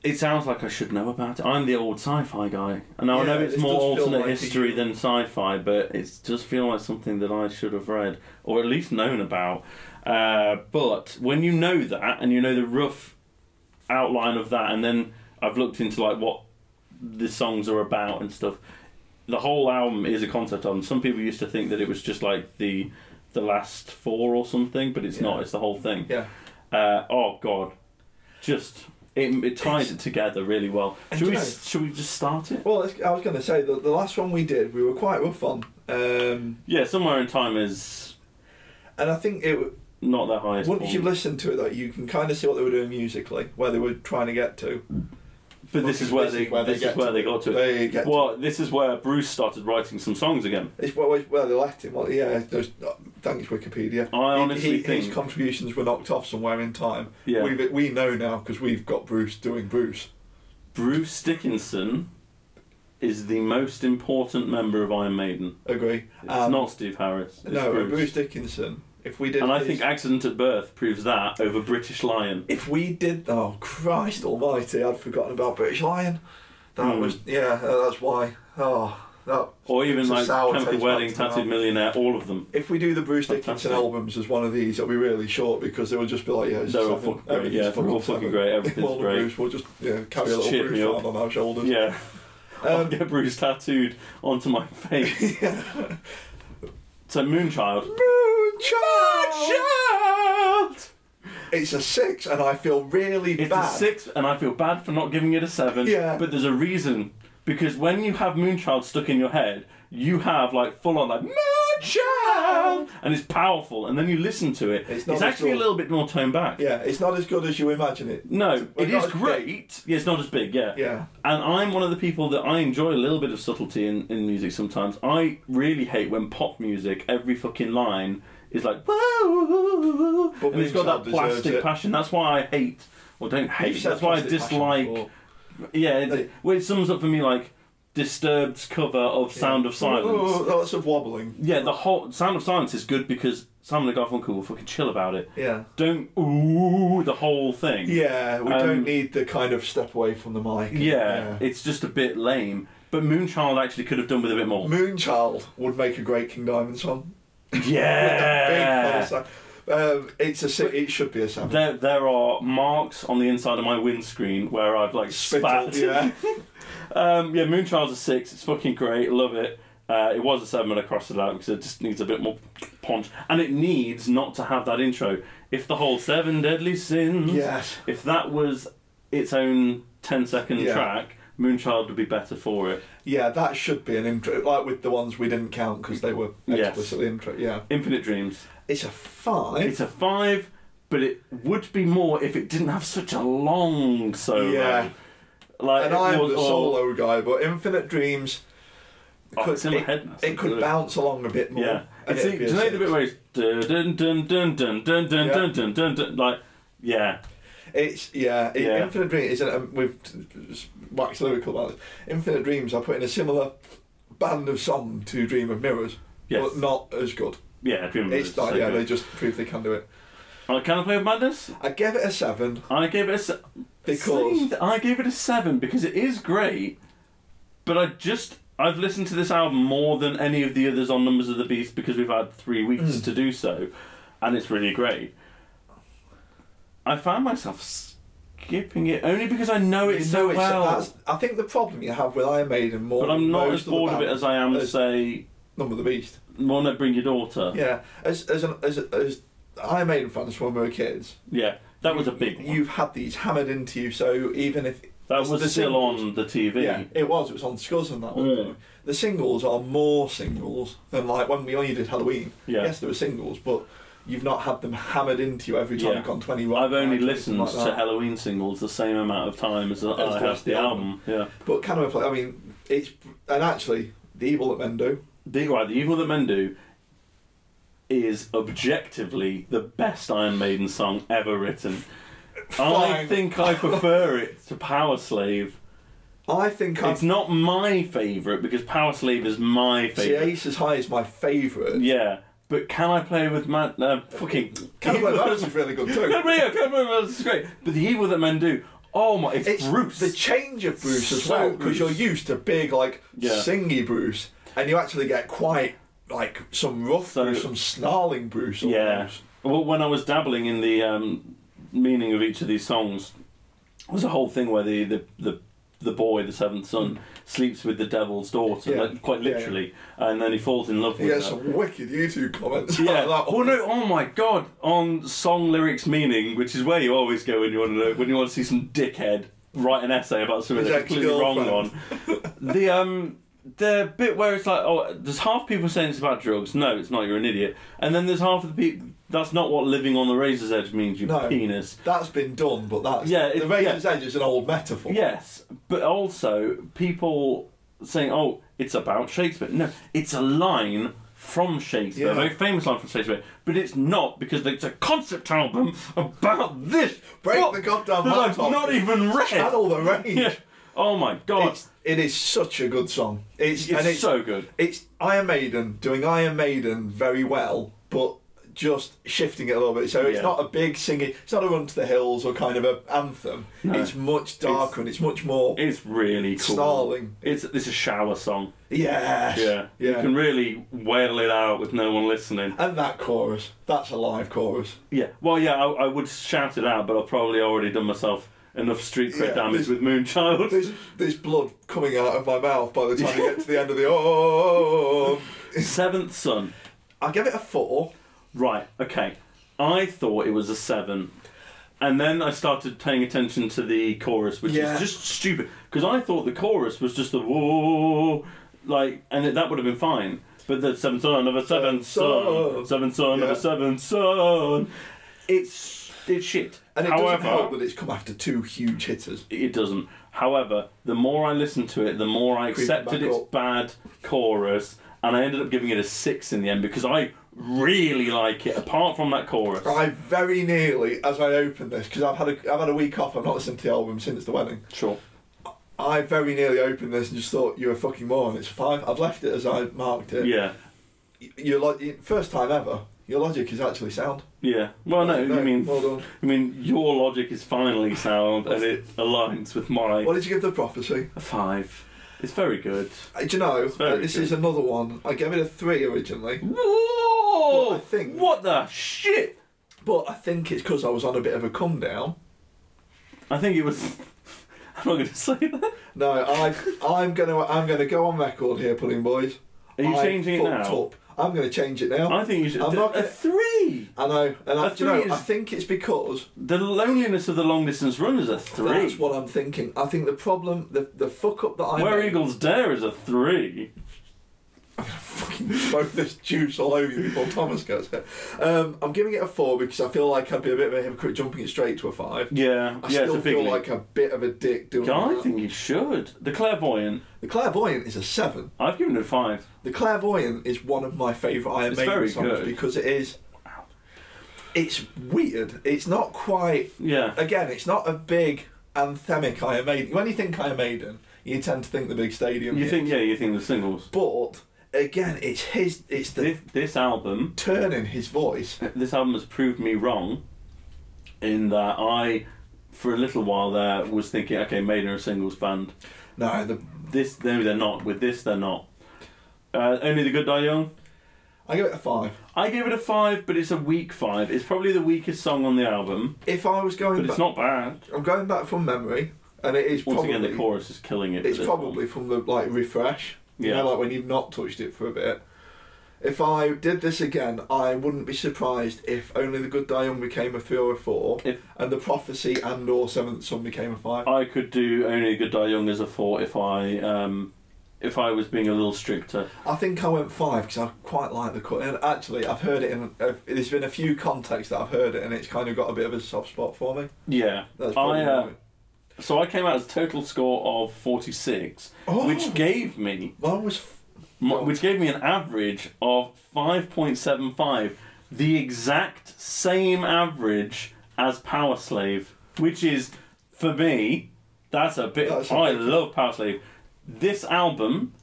A: It sounds like I should know about it. I'm the old sci-fi guy, and I
B: Yeah,
A: know it's
B: this
A: more
B: does feel
A: alternate
B: like a-
A: history than sci-fi, but it does feel like something that I should have read or at least known about. Uh, but when you know that, and you know the rough outline of that, and then I've looked into like what the songs are about and stuff, the whole album is a concept album. Some people used to think that it was just like the the last four or something, but it's
B: Yeah.
A: not. It's the whole thing.
B: Yeah.
A: Uh, oh God, just it, it ties it together really well.
B: And
A: Should we
B: do you know-
A: should we just start it?
B: Well, it's- I was going to say the, the last one we did, we were quite rough on, um,
A: Yeah, somewhere in time is
B: and I think it. w-
A: not the highest.
B: Once
A: point.
B: you listen to it, though, you can kind of see what they were doing musically, where they were trying to get to.
A: but this is where they this
B: get
A: is where they got to. it.
B: They get.
A: Well, this is where Bruce started writing some songs again.
B: It's where, where they left him. Well, yeah, there's, thanks Wikipedia.
A: I
B: He-
A: honestly
B: he-
A: think,
B: his contributions were knocked off somewhere in time.
A: yeah,
B: We we know now because we've got Bruce doing Bruce.
A: Bruce Dickinson is the most important member of Iron Maiden.
B: Agree.
A: It's
B: Um,
A: not Steve Harris. It's
B: no,
A: Bruce.
B: Bruce. Dickinson. If we did,
A: and I
B: his-
A: think Accident at Birth proves that over British Lion.
B: if we did oh christ almighty i'd forgotten about british lion that
A: Hmm.
B: was yeah uh, that's why oh that
A: Or even
B: It's a
A: like
B: sour
A: Chemical
B: taste
A: Wedding,
B: back to my
A: Tattooed
B: mouth.
A: Millionaire, all of them.
B: if we do the bruce
A: Fantastic.
B: dickinson albums as one of these it'll be really short because they will just be like yeah it's
A: They're all
B: seven,
A: fucking great.
B: everything's
A: Yeah, they're all
B: seven.
A: fucking great. Everything's
B: Well, the
A: great.
B: Bruce, we'll just yeah, carry
A: Just
B: a little
A: cheer
B: Bruce
A: me up.
B: fan on our shoulders.
A: Yeah, I'll
B: Um,
A: get Bruce tattooed onto my face. So Moonchild.
B: Moonchild!
A: Moonchild.
B: It's a six, and I feel really
A: It's
B: bad.
A: a six, and I feel bad for not giving it a seven.
B: Yeah.
A: But there's a reason because when you have Moonchild stuck in your head, you have like full on like Moonchild, and it's powerful. And then you listen to it.
B: It's not at
A: actually a
B: all.
A: little bit more toned back.
B: Yeah, it's not as good as you imagine it.
A: No,
B: Well,
A: it
B: not
A: is
B: as big.
A: great. Yeah, it's not as big. Yeah.
B: Yeah,
A: And I'm one of the people that I enjoy a little bit of subtlety in, in music sometimes. I really hate when pop music, every fucking line is like, whoa,
B: But
A: and it's got
B: Moonchild
A: that plastic
B: deserves it.
A: passion. That's why I hate, or don't
B: You've
A: hate,
B: said
A: that's why I
B: plastic passion
A: dislike,
B: before.
A: yeah, it, well, it sums up for me like Disturbed's cover of Sound of Silence.
B: Lots of wobbling.
A: Yeah, the whole Sound of Silence is good because Simon and Garfunkel will fucking chill about it.
B: Yeah.
A: Don't ooh the whole thing.
B: Yeah, we
A: Um,
B: don't need the kind of step away from the mic.
A: Yeah, it's just a bit lame. But Moonchild actually could have done with a bit more.
B: Moonchild would make a great King Diamond song.
A: Uh,
B: Big
A: Yeah.
B: fella song. Um, it's a si- it should be a seven.
A: There, there are marks on the inside of my windscreen where I've like
B: Spittle,
A: spat.
B: yeah.
A: Um, yeah, Moonchild's a six. It's fucking great. Love it. Uh, it was a seven and I crossed it out because it just needs a bit more punch. And it needs not to have that intro. If the whole seven deadly sins,
B: yes.
A: if that was its own 10 second
B: Yeah.
A: track, Moonchild would be better for it.
B: Yeah, that should be an intro, like with the ones we didn't count because they were
A: Yes.
B: explicitly intro. Yeah,
A: Infinite Dreams.
B: it's a five.
A: It's a five, but it would be more if it didn't have such a long solo.
B: Yeah.
A: Like
B: and
A: it
B: I'm
A: was-
B: the
A: or-
B: solo guy, but Infinite Dreams.
A: Oh,
B: could-
A: it's in my
B: it,
A: head now. so
B: it could
A: good.
B: bounce along a bit more.
A: Yeah.
B: and
A: It's the,
B: it'd
A: do you
B: be a
A: know the
B: six.
A: bit where it's dun dun dun dun dun dun dun
B: Yeah.
A: dun dun dun dun like yeah.
B: It's yeah, it,
A: Yeah.
B: Infinite Dream is an, um, we've t- s- waxed lyrical about this. Infinite Dreams are put in a similar band of song to Dream of Mirrors,
A: Yes.
B: but not as good.
A: yeah, Dream of
B: It's
A: It's
B: not,
A: so
B: yeah, they
A: good.
B: just prove they can do it.
A: Uh, Can I play with madness?
B: I gave it a seven
A: I gave it a se-
B: because
A: Same, I gave it a seven because it is great, but I just I've listened to this album more than any of the others on Numbers of the Beast because we've had three weeks
B: Mm.
A: to do so, and it's really great. I found myself skipping it only because I know it
B: You
A: so
B: know it's-
A: well,
B: that's- I think the problem you have with Iron Maiden more,
A: but
B: than
A: I'm not
B: most
A: as bored
B: the
A: of it as
B: bands,
A: I am
B: as-
A: say
B: Number the Beast.
A: Mona Bring Your Daughter.
B: Yeah, as as an, as as Iron Maiden fans when we were kids.
A: Yeah, that was a big one.
B: You've had these hammered into you, so even if
A: that was
B: the
A: still
B: singles-
A: on the TV.
B: Yeah, it was. It was on Scuzz and that one.
A: Mm.
B: The singles are more singles than like when we only did Halloween.
A: Yeah.
B: Yes, there were singles, but you've not had them hammered into you every time
A: Yeah.
B: you've gone 21.
A: I've only
B: 19,
A: listened
B: something like
A: to
B: that.
A: Halloween singles the same amount of time as, I
B: the
A: have the album. Yeah.
B: But can I play? I mean, it's. And actually, The Evil That Men Do.
A: The, right, the Evil That Men Do is objectively the best Iron Maiden song ever written. I
B: Fine.
A: think I prefer it to Power Slave.
B: I think
A: It's
B: I've.
A: not my favourite because Power Slave is my
B: See,
A: favourite.
B: Ace is High is my favourite.
A: Yeah, but Can I Play With Mad... Uh, fucking...
B: Can I play? That was
A: Can
B: really good
A: I
B: too.
A: Play With Can I Play With Madness is great. But The Evil That Men Do, oh my, it's,
B: It's
A: Bruce.
B: the change of Bruce as
A: So
B: well because
A: Bruce.
B: you're used to big like
A: Yeah.
B: singy Bruce, and you actually get quite like some rough
A: So-
B: Bruce, some snarling Bruce. Almost.
A: Yeah. Well, when I was dabbling in the um, meaning of each of these songs, was a whole thing where the the, the, the boy, the seventh son, sleeps with the devil's daughter,
B: Mm. Yeah.
A: like, quite
B: Yeah, yeah.
A: literally, and then he falls in love
B: You
A: with
B: get
A: her.
B: some wicked YouTube comments.
A: Yeah.
B: like that.
A: Oh no! Oh my God! On song lyrics meaning, which is where you always go when you want to know when you want to see some dickhead write an essay about something
B: His
A: they're completely wrong on. the um the bit where it's like, oh, there's half people saying it's about drugs. No, it's not. You're an idiot. And then there's half of the people. That's not what living on the razor's edge means. You
B: No.
A: penis.
B: That's been done, but that's
A: Yeah, it-
B: the Razor's Edge is an old metaphor.
A: Yes, but also people saying, "Oh, it's about Shakespeare." No, it's a line from Shakespeare, a
B: Yeah.
A: very famous line from Shakespeare, but it's not because it's a concept album about this
B: Break
A: book
B: the goddamn
A: that I've
B: laptop.
A: not even read.
B: Channel the range.
A: Yeah. Oh my god, it's,
B: It's, it is such a good song. It's, and it's
A: so good.
B: it's Iron Maiden doing Iron Maiden very well, but just shifting it a little bit. So it's
A: Yeah.
B: not a big singing. It's not a Run to the Hills or kind of a anthem.
A: No.
B: It's much darker and it's much more
A: It's really cool.
B: snarling.
A: It's it's a shower song.
B: Yes.
A: Yeah, you
B: Yeah.
A: can really wail it out with no one listening.
B: and that chorus. That's a live chorus.
A: Yeah, well, yeah, I, I would shout it out, but I've probably already done myself enough street cred
B: Yeah,
A: damage
B: this-
A: with Moonchild.
B: There's there's blood coming out of my mouth by the time you get to the end of the oh.
A: Seventh Son.
B: I give it a four.
A: Right, okay. I thought it was a seven. And then I started paying attention to the chorus, which
B: Yeah.
A: is just stupid. Because I thought the chorus was just the whoa, like, and it, that would have been fine. But the seventh son of a seventh son,
B: Son.
A: seventh son of
B: Yeah.
A: a seventh son. It's it's shit.
B: And it
A: However,
B: doesn't help that it's come after two huge hitters.
A: it doesn't. However, the more I listened to it, the more I
B: Creep
A: accepted
B: back
A: its
B: up.
A: bad chorus, and I ended up giving it a six in the end because I really like it. Apart from that chorus,
B: I very nearly, as I opened this, because I've had a I've had a week off. I've not listened to the album since the wedding.
A: sure.
B: I very nearly opened this and just thought you were a fucking moron. It's a five. I've left it as I marked it.
A: Yeah,
B: Y- Your lo- y- first time ever. Your logic is actually sound.
A: yeah. Well, no, I mean,
B: well done.
A: I mean, your logic is finally sound, and it aligns with my
B: What did you give the prophecy?
A: a five. It's very good.
B: Uh, Do you know?
A: It's very
B: uh, this
A: good.
B: is another one. I gave it a three originally,
A: Whoa!
B: Well, I think-
A: What the shit?
B: but I think it's because I was on a bit of a come down.
A: I think it was. I'm not going to say that.
B: No, I I'm gonna I'm gonna go on record here, pudding boys.
A: Are you
B: I
A: changing it
B: fucked
A: now?
B: Up. I'm gonna change it now.
A: I think you should.
B: I'm not
A: a
B: gonna-
A: three.
B: I know, and I,
A: A
B: do you know,
A: three
B: I
A: is-
B: think it's because
A: The loneliness of the long distance run is a three.
B: that's what I'm thinking. I think the problem, the the fuck up that I
A: Where
B: made,
A: Eagles Dare is a three.
B: fucking throw this juice all over you before Thomas goes here. Um, I'm giving it a four because I feel like I'd be a bit of a hypocrite jumping it straight to a five.
A: Yeah, yeah,
B: I still
A: it's a big
B: feel
A: leap.
B: like a bit of a dick doing
A: I
B: that.
A: think you should. The Clairvoyant.
B: The clairvoyant is a seven.
A: I've given it a five.
B: The clairvoyant is one of my favourite Iron
A: It's
B: Maiden
A: very
B: songs
A: good.
B: because it is. it's weird. It's not quite.
A: Yeah.
B: Again, it's not a big anthemic Iron Maiden. When you think Iron Maiden, you tend to think the big stadium.
A: You
B: hit.
A: think, yeah, you think the singles.
B: But again, it's his. It's the
A: This, this album,
B: turn in his voice.
A: this album has proved me wrong, in that I, for a little while there, was thinking, okay, Maiden are a singles band.
B: No, the
A: This, no, they're not. With this, they're not. Uh, only the good die young.
B: I give it a five.
A: I gave it a five, but it's a weak five. It's probably the weakest song on the album,
B: If I was going,
A: but
B: back,
A: it's not bad.
B: I'm going back from memory, and it is
A: Once
B: probably
A: again, the chorus is killing it.
B: it's
A: with this one.
B: probably from the like refresh. You
A: Yeah.
B: know, like when you've not touched it for a bit. If I did this again, I wouldn't be surprised if only the good Dion became a three or a four,
A: If-
B: and the prophecy and or seventh son became a five.
A: I could do only good die young as a four if I um, if I was being a little stricter.
B: I think I went five because I quite like the cut. And actually, I've heard it in. Uh, there's been a few contexts that I've heard it, and it's kind of got a bit of a soft spot for me.
A: Yeah.
B: That's probably
A: I, uh,
B: why.
A: So I came out as a total score of forty six,
B: Oh.
A: which gave me
B: Mine was f-
A: my- which gave me an average of five point seven five, the exact same average as Power Slave, which is for me that's a bit.
B: That's a
A: I
B: big-
A: love Power Slave. This album.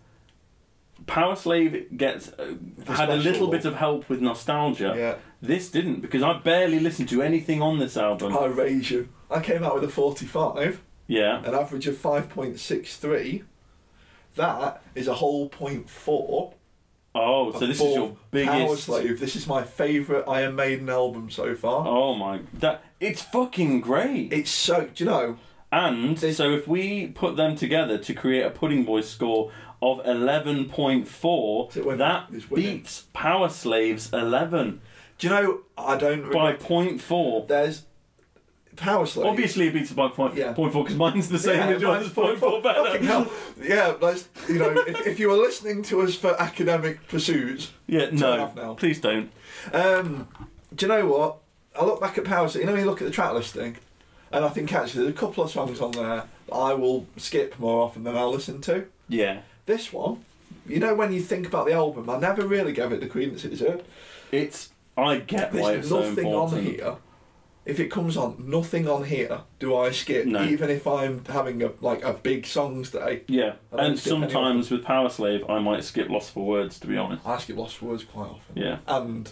A: Power Slave gets uh, had a
B: special
A: little
B: one.
A: bit of help with nostalgia.
B: yeah.
A: This didn't because I barely listened to anything on this album.
B: I raise you. I came out with a forty-five,
A: yeah,
B: an average of five point six three. That is a whole point four.
A: Oh, so this is your
B: above Power
A: biggest.
B: Slave. This is my favourite Iron Maiden album so far.
A: Oh my, that it's fucking great.
B: It's so. Do you know?
A: And
B: This-
A: so if we put them together to create a Pudding Boy score of eleven point four,
B: So it went-
A: that
B: it's winning.
A: beats Power Slaves eleven
B: Do you know? I don't.
A: by
B: Remember.
A: point four.
B: There's Power Slave.
A: Obviously, it beats it by point,
B: Yeah.
A: point four because mine's the same as yours.
B: mine's
A: Point four
B: Fucking
A: better.
B: hell. Yeah, that's, you know, if, if you were listening to us for academic pursuits,
A: Yeah,
B: off now.
A: no, please don't.
B: um, do you know what? I look back at Power Slave, you know, when you look at the track listing, and I think actually there's a couple of songs on there that I will skip more often than I'll listen to.
A: Yeah,
B: This one, you know, when you think about the album, I never really gave it the credence it deserved.
A: it's. I get why it's
B: There's
A: so
B: nothing
A: important.
B: on here. If it comes on, nothing on here do I skip,
A: No.
B: even if I'm having a like a big songs day.
A: Yeah,
B: I don't
A: and
B: skip any of them.
A: sometimes with Power Slave, I might skip Lost for Words, to be honest.
B: I skip Lost Words quite often.
A: Yeah,
B: And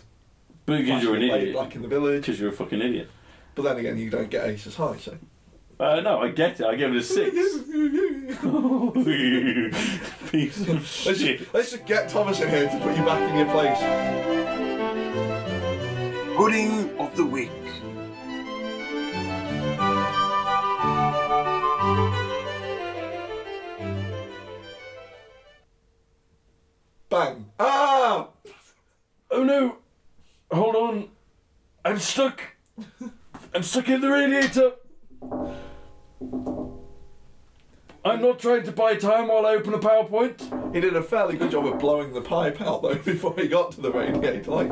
A: but because you're an
B: Flashing Blade,
A: idiot.
B: Black in the Village.
A: Because you're a fucking idiot.
B: But then again, you don't get aces high, so.
A: Uh, no, I get it. I give it a six. Piece of
B: Let's,
A: shit.
B: let's just get Thomas in here to put you back in your place.
C: Pudding of the Week.
B: Bang. Ah!
A: Oh no! Hold on. I'm stuck. I'm stuck in the radiator. I'm not trying to buy time while I open a PowerPoint.
B: He did a fairly good job of blowing the pipe out, though, before he got to the radiator. Like.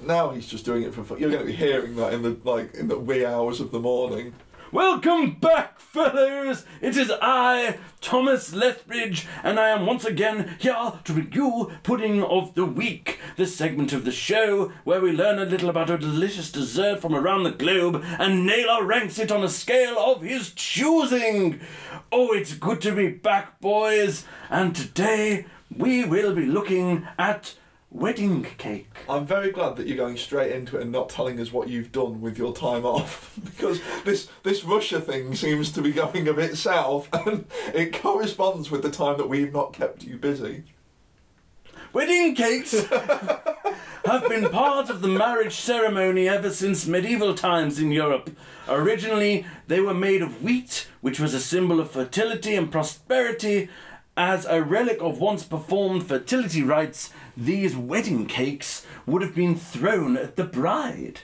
B: Now he's just doing it for fun. You're going to be hearing that in the like in the wee hours of the morning.
A: Welcome back, fellows! It is I, Thomas Lethbridge, and I am once again here to bring you Pudding of the Week, the segment of the show where we learn a little about a delicious dessert from around the globe, and Naylor ranks it on a scale of his choosing. Oh, it's good to be back, boys, and today we will be looking at wedding cake.
B: I'm very glad that you're going straight into it and not telling us what you've done with your time off because this this Russia thing seems to be going a bit south and it corresponds with the time that we've not kept you busy.
A: Wedding cakes have been part of the marriage ceremony ever since medieval times in Europe. Originally, they were made of wheat, which was a symbol of fertility and prosperity. As a relic of once performed fertility rites, these wedding cakes would have been thrown at the bride.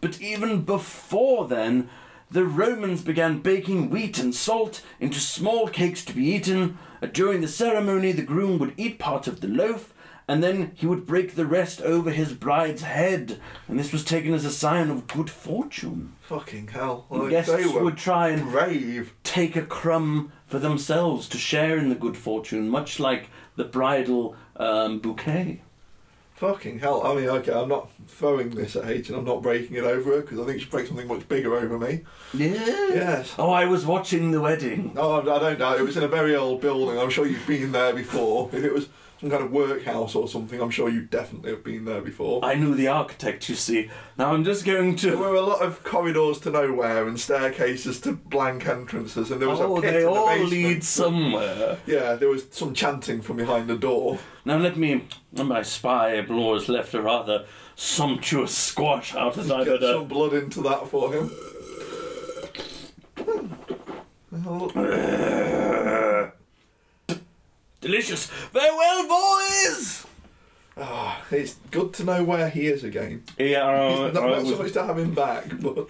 A: But even before then, the Romans began baking wheat and salt into small cakes to be eaten. Uh, During the ceremony, the groom would eat part of the loaf, and then he would break the rest over his bride's head, and this was taken as a sign of good fortune.
B: Fucking hell. Like,
A: Guests
B: they were
A: would try and
B: brave.
A: take a crumb for themselves to share in the good fortune, much like the bridal um, bouquet.
B: Fucking hell. I mean, okay, I'm not throwing this at H and I'm not breaking it over her because I think she breaks something much bigger over me.
A: Yes.
B: Yes.
A: Oh, I was watching the wedding.
B: No, I I don't know. It was in a very old building. I'm sure you've been there before. If it was some kind of workhouse or something, I'm sure you definitely have been there before.
A: I knew the architect, you see. Now I'm just going
B: There
A: to.
B: were a lot of corridors to nowhere and staircases to blank entrances, and there was
A: Oh,
B: a pit
A: they
B: in the
A: all
B: basement.
A: lead somewhere.
B: Yeah, there was some chanting from behind the door.
A: Now let me. My spy blows left a rather sumptuous squash out of
B: Get some
A: the.
B: blood into that for him. Well,
A: Delicious. Farewell, boys.
B: ah, it's good to know where he is again.
A: Yeah,
B: He's
A: I,
B: not,
A: I
B: not
A: was
B: so much to have him back, but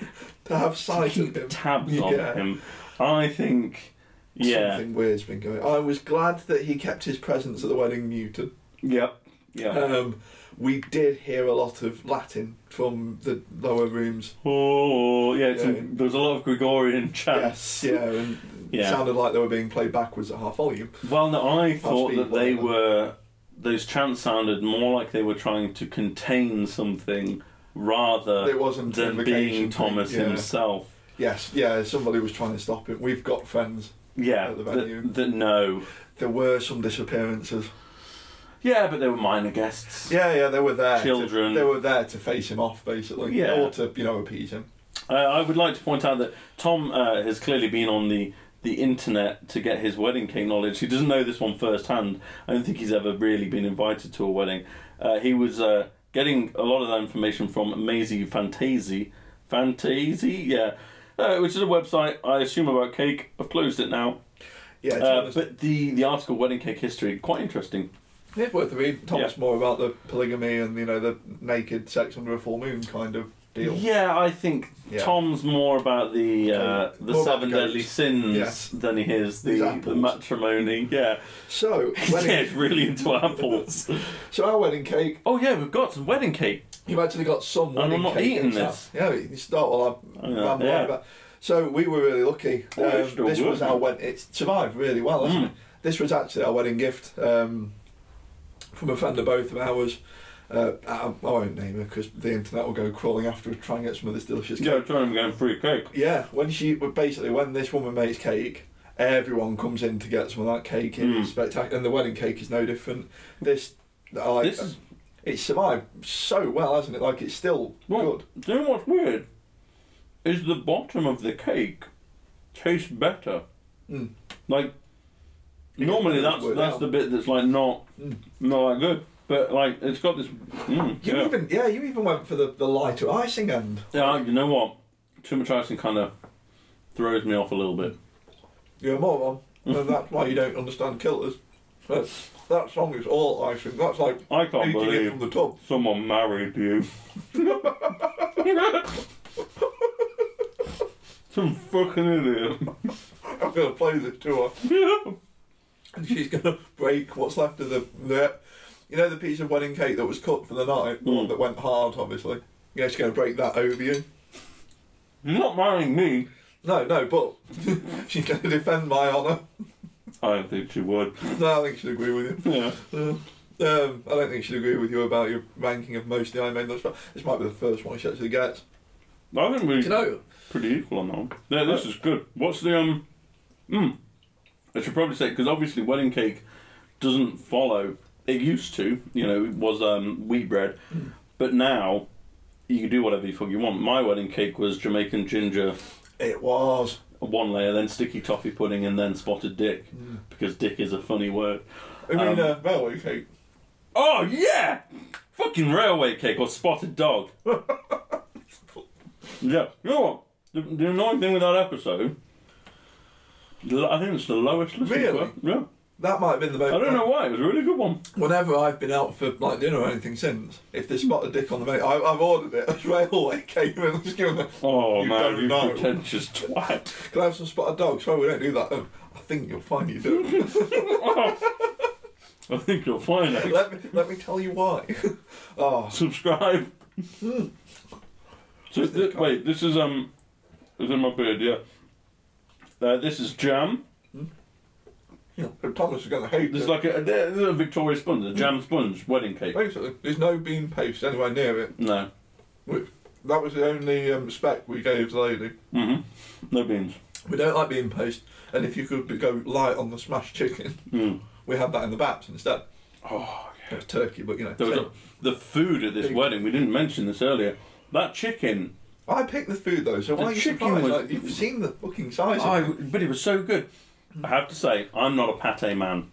B: to have sight
A: keep
B: of him.
A: tabs on
B: Yeah.
A: him. I think. Yeah.
B: Something weird's been going. I was glad that he kept his presence at the wedding muted.
A: Yep. Yeah.
B: Um, we did hear a lot of Latin from the lower rooms.
A: oh, yeah. It's
B: Yeah.
A: there was a lot of Gregorian chants.
B: Yes, yeah, and
A: Yeah.
B: it sounded like they were being played backwards at half volume.
A: Well, no, I thought
B: speed,
A: that they
B: whatever.
A: were. Those chants sounded more like they were trying to contain something rather
B: It wasn't
A: than
B: invocation
A: being Thomas
B: thing, yeah.
A: himself.
B: Yes, yeah, somebody was trying to stop it. We've got friends.
A: Yeah,
B: At the venue.
A: that, that no.
B: There were some disappearances.
A: Yeah, but they were minor guests.
B: Yeah, yeah, they were there. to-
A: Children.
B: they were there to face him off, basically.
A: Yeah.
B: Or to, you know, appease him.
A: Uh, I would like to point out that Tom uh, has clearly been on the, the internet to get his wedding cake knowledge. He doesn't know this one firsthand. I don't think he's ever really been invited to a wedding. Uh, he was uh, getting a lot of that information from Maisie Fantasy. Fantasy? Yeah. Uh, which is a website, I assume, about cake. I've closed it now.
B: Yeah, to be
A: Uh,
B: honest,
A: but the, the article, Wedding Cake History, quite interesting.
B: It's worth a read. Thomas more about the polygamy and you know the naked sex under a full moon kind of deal.
A: Yeah, I think
B: Yeah.
A: Tom's more about the uh,
B: Okay.
A: the
B: More about
A: seven
B: goats.
A: deadly sins
B: Yes.
A: than he is
B: These
A: the, the
B: apples.
A: matrimony. Yeah,
B: So,
A: he's
B: wedding,
A: really into apples.
B: so our wedding cake.
A: oh yeah, we've got some wedding cake.
B: You've actually got some
A: I'm
B: wedding
A: not
B: cake.
A: eating
B: in town.
A: this. Oh,
B: Yeah, you start. Well, I'm,
A: Yeah,
B: I'm
A: yeah.
B: right about. So we were really lucky.
A: Oh, it's
B: Um,
A: still
B: this
A: good.
B: was our wedding. It survived really well. hasn't
A: Mm.
B: it? This was actually our wedding gift um, from a friend of both of ours. Uh, I, I won't name her because the internet will go crawling after us trying to get some of this delicious cake.
A: Yeah, trying to get free cake.
B: Yeah, when she well, basically when this woman makes cake, everyone comes in to get some of that cake. in
A: Mm.
B: It's spectacular, and the wedding cake is no different. This, I like,
A: This is
B: it's survived so well, hasn't it? Like it's still
A: well,
B: good.
A: do you know what's weird? Is the bottom of the cake tastes better?
B: Mm.
A: Like
B: Yeah,
A: normally
B: it's
A: that's
B: worked
A: that's
B: out.
A: the bit that's like not
B: Mm.
A: not that good, but like it's got this. Mm,
B: You
A: yeah.
B: even yeah, you even went for the the lighter icing end.
A: Yeah, you know what? Too much icing kind of throws me off a little bit.
B: You're a moron, and that's why you don't understand kilters. That's, that song is all icing. That's like
A: I can't
B: eating it
A: believe
B: from the tub.
A: someone married you. Some fucking idiot.
B: I'm gonna play this to her. and she's gonna break what's left of the, the you know the piece of wedding cake that was cut for the night, the one
A: Mm.
B: that went hard obviously. Yeah, she's gonna break that over you.
A: You're not marrying me.
B: No, no, but she's gonna defend my honour.
A: I don't think she would.
B: No, I think she'd agree with you.
A: Yeah.
B: Uh, Um, I don't think she'd agree with you about your ranking of most of the Iron Maiden. That's- This might be the first one she actually gets.
A: I think we're
B: Do you know?
A: pretty equal on that one. Yeah, this is good. What's the, um. Mm, I should probably say, because obviously wedding cake doesn't follow. It used to, you know, it was um, wheat bread. But now, you can do whatever you fuck you want. My wedding cake was Jamaican ginger
B: It was.
A: one layer, then sticky toffee pudding, and then spotted dick because dick is a funny word.
B: I
A: Um,
B: mean, uh, railway cake.
A: Oh yeah, fucking railway cake or spotted dog. yeah, you know what? The, the annoying thing with that episode, l- I think it's the lowest listen. to
B: Really?
A: it. Yeah,
B: That might have been the most.
A: I don't know why. It was a really good one.
B: Whenever I've been out for like dinner or anything since, if there's spotted dick on the menu, I, I've ordered it. As railway came in, just given them.
A: Oh
B: You
A: man,
B: don't
A: you
B: know.
A: pretentious twat.
B: Can I have some spotted dog? Sorry, we don't do that. Um, I think you'll find you do.
A: I think you'll find out.
B: let me let me tell you why. oh,
A: Subscribe. so thi- wait, this is um, is in my beard, yeah. Uh, this is jam,
B: you know, Thomas is going to hate
A: There's
B: it.
A: like a, there's a Victoria sponge, a jam sponge, wedding cake.
B: Basically, there's no bean paste anywhere near it.
A: No.
B: That was the only um, spec we gave the lady.
A: hmm No beans.
B: We don't like bean paste, and if you could be- go light on the smashed chicken,
A: Mm.
B: we had that in the baps instead.
A: Oh,
B: It was turkey, but you know.
A: there was a,
B: so-
A: the food at this
B: Big-
A: wedding. We didn't mention this earlier. That chicken.
B: I picked the food though, so
A: The
B: why are you
A: chicken
B: surprised?
A: was-
B: Like, you've seen the fucking size.
A: I,
B: of it.
A: but it was so good. I have to say, I'm not a pate man.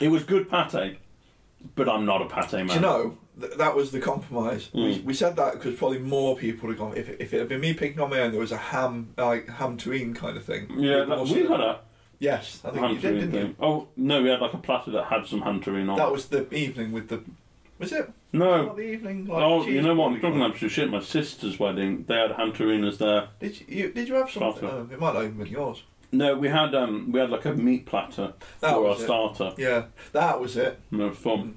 A: It was good pate, but I'm not a pate man.
B: Do you know th- that was the compromise? We,
A: Mm.
B: we said that because probably more people would have gone. If, it- if it had been me picking on my own, there was a ham like ham to eat kind of thing.
A: Yeah,
B: With
A: that, we
B: mustard.
A: had a
B: Yes, I think you did,
A: hantarine
B: didn't
A: thing.
B: you?
A: Oh no, we had like a platter that had some hantarine on.
B: That was the evening with the. Was it? Not
A: no.
B: the evening. Like,
A: Oh,
B: cheese
A: you know what? I'm
B: pudding.
A: talking absolute shit. My sister's wedding, they had hantarinas there.
B: Did you, you did you have something?
A: Platter.
B: No, it might not even been yours.
A: No, we had um, we had like a meat platter
B: That
A: for our
B: was it.
A: starter.
B: Yeah, that was it.
A: And it was fun.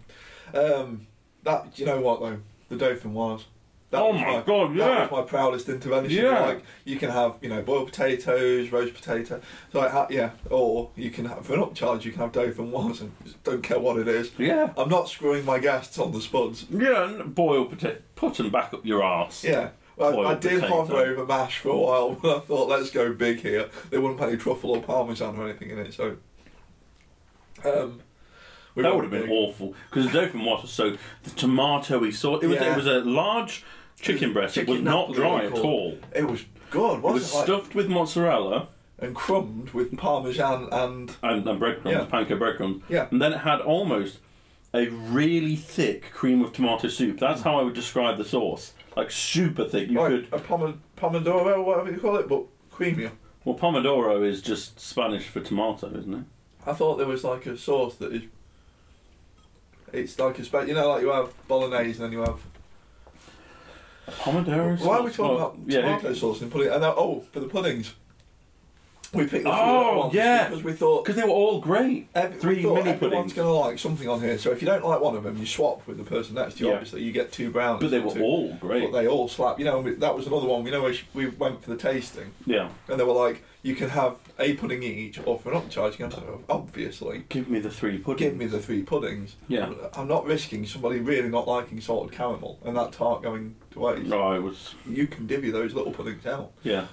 B: Um, that do you know what though? The dolphin was. That
A: oh
B: was
A: my god,
B: That
A: yeah.
B: was my proudest intervention.
A: Yeah.
B: Like you can have, you know, boiled potatoes, roast potato. So like, ha- yeah, or you can have for an upcharge. You can have dolphin was and don't care what it is.
A: Yeah.
B: I'm not screwing my guests on the spuds.
A: Yeah, and boiled potato. Put them back up your arse.
B: Yeah. Well, I
A: Boiled
B: did
A: potato.
B: hover over mash for a while. I thought, let's go big here. They wouldn't put any truffle or parmesan or anything in it, so. Um, we
A: that
B: went
A: would have been
B: big.
A: awful because the dolphin was so the tomatoey sauce. It was
B: Yeah.
A: it was a large chicken breast. it was
B: Chicken
A: not
B: Napoli,
A: dry
B: they
A: at
B: call it.
A: all.
B: It was good,
A: It
B: wasn't it?
A: was
B: Like,
A: stuffed with mozzarella
B: and crumbed with parmesan and
A: and, and breadcrumbs,
B: Yeah.
A: panko breadcrumbs.
B: Yeah.
A: And then it had almost a really thick cream of tomato soup. That's how I would describe the sauce. Like super thick. You
B: like,
A: could
B: a pom- pomodoro, whatever you call it, but creamier.
A: well, pomodoro is just Spanish for tomato, isn't it?
B: I thought there was like a sauce that is. It's like a spe- you know, like you have bolognese and then you have.
A: Pomodoro.
B: Why are we
A: sauce?
B: talking
A: Well,
B: about
A: yeah,
B: tomato sauce and pudding? And then, oh, for the puddings, we picked the three
A: Oh,
B: little ones
A: yeah.
B: because we thought
A: because they were all great.
B: ev- we
A: three
B: thought
A: mini
B: everyone's
A: puddings.
B: going to like something on here. So if you don't like one of them, you swap with the person next to you.
A: Yeah.
B: Obviously, you get two browns.
A: But they
B: and
A: were
B: two-
A: all
B: But
A: great.
B: they all slap. You know, and we, that was another one. You know, where sh- we went for the tasting.
A: Yeah.
B: And they were like, you can have a pudding each or for an upcharge. You can have, obviously,
A: Give me the three puddings.
B: give me the three puddings.
A: Yeah.
B: I'm not risking somebody really not liking salted caramel and that tart going to waste.
A: Oh, I was.
B: You can divvy those little puddings out.
A: Yeah.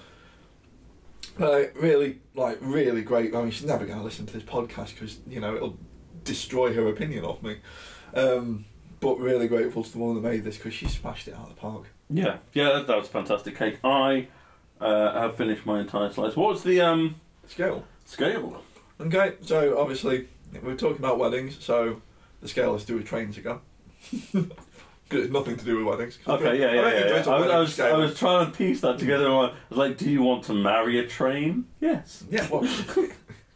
B: But uh, really, like, really great. I mean, she's never going to listen to this podcast because, you know, it'll destroy her opinion of me. Um, but really grateful to the woman that made this because she smashed it out of the park.
A: Yeah. Yeah. That, that was a fantastic cake. I uh, have finished my entire slice. What's the um
B: Scale.
A: scale?
B: Okay, so obviously we're talking about weddings, so the scale has to do with trains again. 'Cause it's nothing to do with weddings.
A: Okay. Yeah. Yeah.
B: I don't
A: yeah,
B: think
A: yeah.
B: there's a
A: I, was- I
B: wedding
A: was I
B: scale.
A: was trying to piece that together. I was like, do you want to marry a train? Yes.
B: Yeah, well,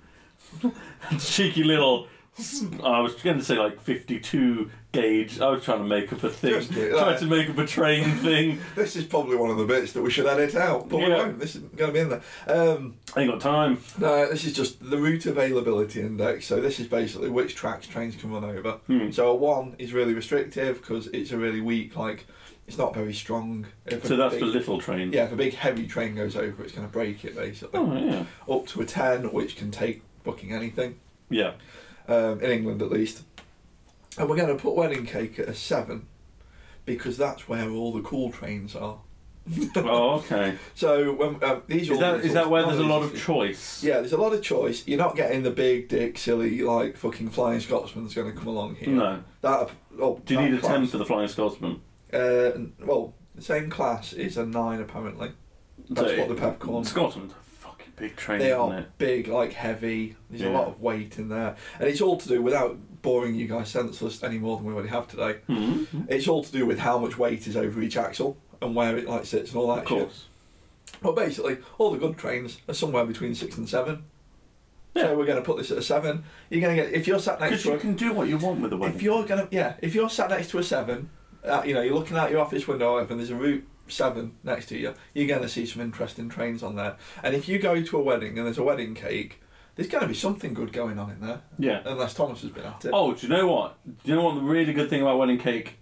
A: Cheeky little. I was going to say like 52 gauge. I was trying to make up a thing.
B: Just do it,
A: trying
B: like-
A: to make up a train thing.
B: this is probably one of the bits that we should edit out, but we
A: Yeah.
B: won't. This isn't going to be in there. Um,
A: Ain't got time.
B: no, this is just the route availability index. So this is basically which tracks trains can run over.
A: Hmm.
B: So a one is really restrictive because it's a really weak, like it's not very strong. If a
A: So that's
B: big-
A: for little train.
B: yeah, if a big heavy train goes over, it's going to break it basically.
A: Oh yeah.
B: up to a 10, which can take fucking anything,
A: Yeah.
B: um, in England at least. And we're going to put wedding cake at a 7 because that's where all the cool trains are.
A: Oh okay.
B: So when, um, these are
A: Is
B: all
A: that
B: the
A: is that where there's a lot of
B: choice?
A: choice?
B: Yeah, there's a lot of choice. You're not getting the big dick, silly, like fucking flying Scotsman's going to come along here.
A: No.
B: That, oh,
A: Do you
B: that
A: need a
B: class-
A: ten for the Flying Scotsman?
B: Uh, n- well, the same class is a nine apparently. That's
A: So-
B: what the peppercorn.
A: Scotland's a fucking big train,
B: They
A: isn't
B: are
A: it?
B: big, like heavy. There's a
A: Yeah.
B: lot of weight in there, and it's all to do without boring you guys senseless any more than we already have today.
A: Mhm.
B: It's all to do with how much weight is over each axle and where it like sits and all that.
A: Of course.
B: Shit. But basically, all the good trains are somewhere between six and seven.
A: Yeah.
B: So we're going to put this at a seven. You're going to get if you're sat next
A: Because
B: to
A: you
B: a,
A: can do what you want with the
B: if
A: wedding.
B: you're going to yeah if you're sat next to a seven, uh, you know you're looking out your office window and there's a route seven next to you. You're going to see some interesting trains on there. And if you go to a wedding and there's a wedding cake, there's going to be something good going on in there.
A: Yeah.
B: Unless Thomas has been at it.
A: Oh, do you know what? Do you know what the really good thing about wedding cake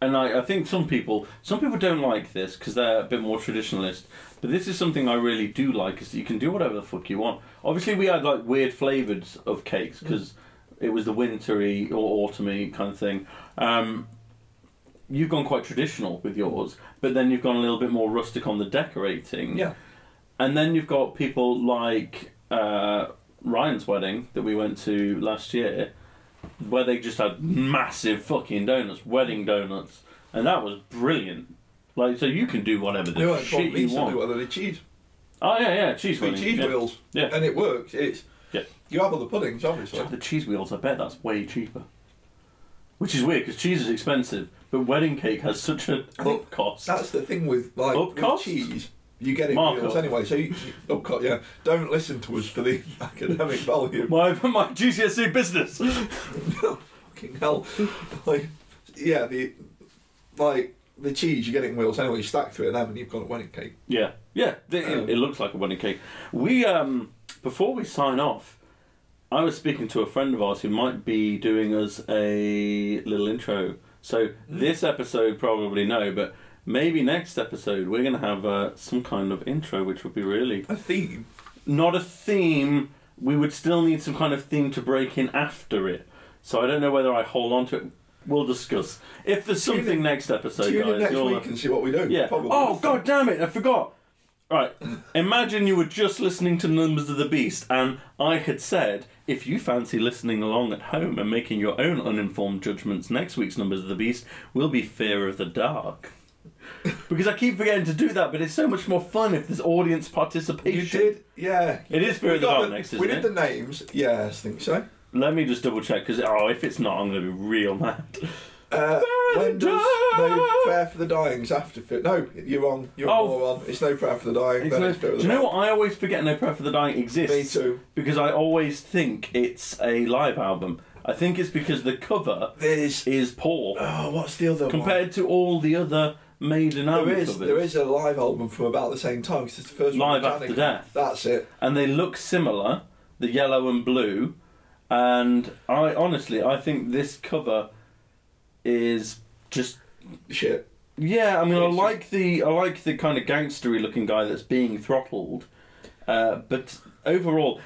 A: and I, I think some people some people don't like this because they're a bit more traditionalist. But this is something I really do like is that you can do whatever the fuck you want. Obviously, we had like weird flavours of cakes because it was the wintry or autumny kind of thing. Um, you've gone quite traditional with yours, but then you've gone a little bit more rustic on the decorating.
B: Yeah.
A: And then you've got people like uh, Ryan's wedding that we went to last year, where they just had massive fucking donuts, wedding donuts, and that was brilliant. Like, so you can do whatever
B: They
A: the
B: weren't
A: shit
B: called
A: you
B: pizza, they
A: want.
B: were the cheese.
A: Oh yeah, yeah, cheese
B: Sweet
A: wheels.
B: cheese
A: yeah.
B: wheels.
A: Yeah.
B: And it works. It's
A: Yeah.
B: you have other puddings, obviously.
A: The cheese wheels. I bet that's way cheaper. Which is weird because cheese is expensive, but wedding cake has such a
B: I think
A: up cost.
B: That's the thing with like
A: Up
B: with
A: cost?
B: cheese. You get it
A: Markup.
B: wheels anyway, so you, you- up cost, yeah. Don't listen to us for the academic value.
A: my my GCSE E business.
B: Fucking hell. Like, yeah, the like the cheese you get it in wheels anyway. You stack three of them and you've got a wedding cake.
A: Yeah, yeah. th- it-
B: Um,
A: it looks like a wedding cake. We um before we sign off, I was speaking to a friend of ours who might be doing us a little intro. So
B: Mm.
A: this episode probably no, but maybe next episode we're gonna have uh, some kind of intro, which would be really
B: A theme.
A: not a theme. We would still need some kind of theme to break in after it. So I don't know whether I hold on to it. We'll discuss if there's
B: Tune in-
A: something next episode.
B: Tune
A: guys,
B: in next
A: you'll-
B: week and see what we do.
A: yeah.
B: Probably.
A: Oh god damn it! I forgot. Right. Imagine you were just listening to Numbers of the Beast, and I had said, if you fancy listening along at home and making your own uninformed judgments, next week's Numbers of the Beast will be Fear of the Dark. because I keep forgetting to do that, but it's so much more fun if there's audience participation.
B: You did, yeah.
A: It is Fear
B: We
A: of the
B: got
A: Dark next,
B: We
A: isn't
B: did
A: it?
B: the names. Yes, I think so.
A: Let me just double check, because oh, if it's not, I'm going to be real mad.
B: Uh,
A: Fair
B: when
A: and
B: does no
A: dark.
B: prayer for the dying's after fit? No, you're wrong. You're
A: Oh.
B: more on. It's no prayer for the dying.
A: It's
B: then
A: no-
B: it's prayer for
A: do you
B: the
A: know
B: dying.
A: what? I always forget No Prayer for the Dying exists.
B: Me too.
A: because I always think it's a live album. I think it's because the cover
B: There's
A: is poor
B: oh, what's the other one?
A: compared to all the other Maiden
B: There
A: albums.
B: is
A: of it.
B: there is a live album from about the same time 'cause it's the first
A: Live
B: one. with
A: After
B: Janica.
A: Death.
B: That's it.
A: and they look similar, the yellow and blue. And I honestly, I think this cover is just
B: Shit.
A: yeah. I mean, I
B: It's just-
A: like the I like the kind of gangstery looking guy that's being throttled, uh, but overall,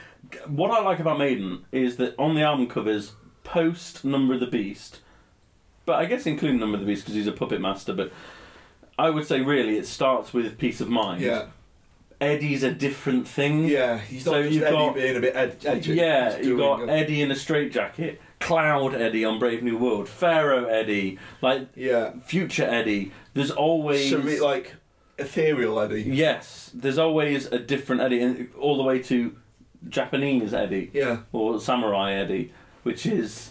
A: what I like about Maiden is that on the album covers, post Number of the Beast, but I guess including Number of the Beast because he's a puppet master. But I would say really it starts with Peace of Mind.
B: Yeah.
A: Eddie's a different thing.
B: Yeah. He's not
A: So
B: just
A: you've
B: Eddie
A: got-
B: being a bit ed- edgy.
A: Yeah,
B: He's
A: you
B: doing
A: got
B: a-
A: Eddie in a straitjacket, Cloud Eddie on Brave New World, Pharaoh Eddie, like
B: Yeah.
A: Future Eddie. There's always
B: Surre- like ethereal Eddie.
A: yes, there's always a different Eddie, and all the way to Japanese Eddie
B: Yeah.
A: or Samurai Eddie, which is.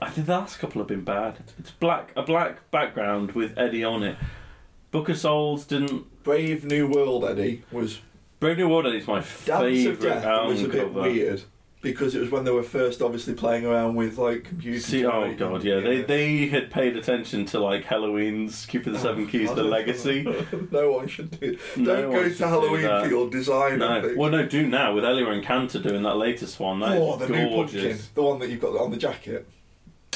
A: I think the last couple have been bad. It's black, a black background with Eddie on it. Book of Souls didn't.
B: Brave New World Eddie was
A: Brave New World Eddie's my
B: Dance of
A: favourite
B: Death
A: album
B: was a bit
A: cover.
B: weird because it was when they were first obviously playing around with like computers.
A: See, oh
B: right?
A: god, yeah, they they had paid attention to like Halloween's Cupid the
B: Oh,
A: Seven Keys, the legacy.
B: no one should do. Don't
A: No one
B: go
A: should do
B: to Halloween
A: that.
B: for your design. I
A: No,
B: think.
A: well, no, do now with Elia and Cantor doing that latest one. That is
B: oh, the new
A: gorgeous.
B: pumpkin, the one that you've got on the jacket.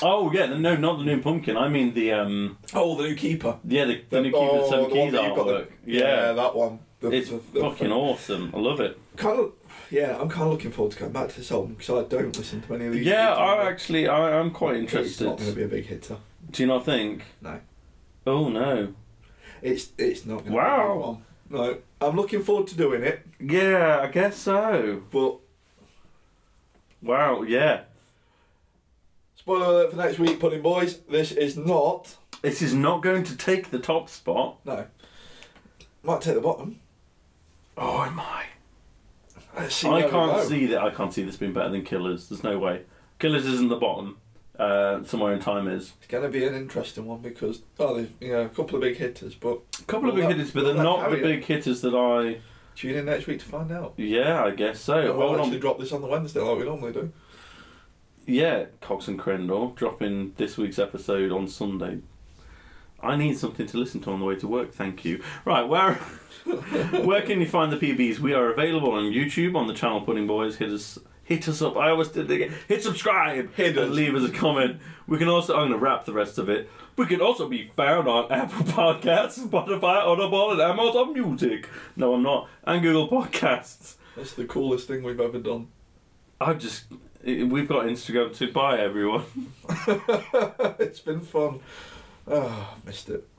A: Oh yeah, the, no, not the new pumpkin. I mean the um,
B: Oh, the new keeper.
A: yeah, the, the, new Cupid the
B: oh,
A: Seven
B: the
A: Keys
B: one that you've got the-
A: artwork. yeah,
B: that one. The,
A: it's
B: the- the-
A: fucking awesome. I love it.
B: Kind of, yeah, I'm kind of looking forward to going back to this album because I don't listen to any of these.
A: Yeah, I
B: I
A: actually, I, I'm quite
B: It's not going to
A: interested.
B: be a big hitter.
A: Do you not think?
B: No.
A: Oh no.
B: It's it's not. Gonna
A: Wow.
B: Be a big one. No, I'm looking forward to doing it,
A: Yeah, I guess so.
B: but
A: Wow. Yeah.
B: Spoiler alert for next week, Pudding Boys. This is not.
A: This is not going to take the top spot.
B: No. Might take the bottom.
A: Oh, it might.
B: Let's see where
A: I
B: we go.
A: can't see that. I can't see this being better than Killers. There's no way. Killers isn't the bottom. Uh, somewhere in time is
B: It's going to be an interesting one because, oh, there's you know, a couple of big hitters, but
A: a couple of
B: Well,
A: big
B: that-
A: hitters, but
B: well,
A: they're
B: that
A: not the
B: carrier.
A: big hitters that I.
B: tune in next week to find out.
A: Yeah, I guess so.
B: And
A: Hold
B: we'll
A: on.
B: actually drop this on the Wednesday like we normally do.
A: Yeah, Cox and Crendel dropping this week's episode on Sunday. I need something to listen to on the way to work, thank you. Right, where where can you find the PBs? We are available on YouTube on the channel Pudding Boys. Hit us hit us up. I always did it again. Hit subscribe.
B: Hit
A: and
B: us.
A: leave us a comment. We can also I'm gonna wrap the rest of it. We can also be found on Apple Podcasts, Spotify, Audible, and Amazon Music. No, I'm not. And Google Podcasts.
B: That's the coolest thing we've ever done.
A: I just. i- We've got Instagram too. Bye, everyone.
B: it's been fun. Ah, missed it.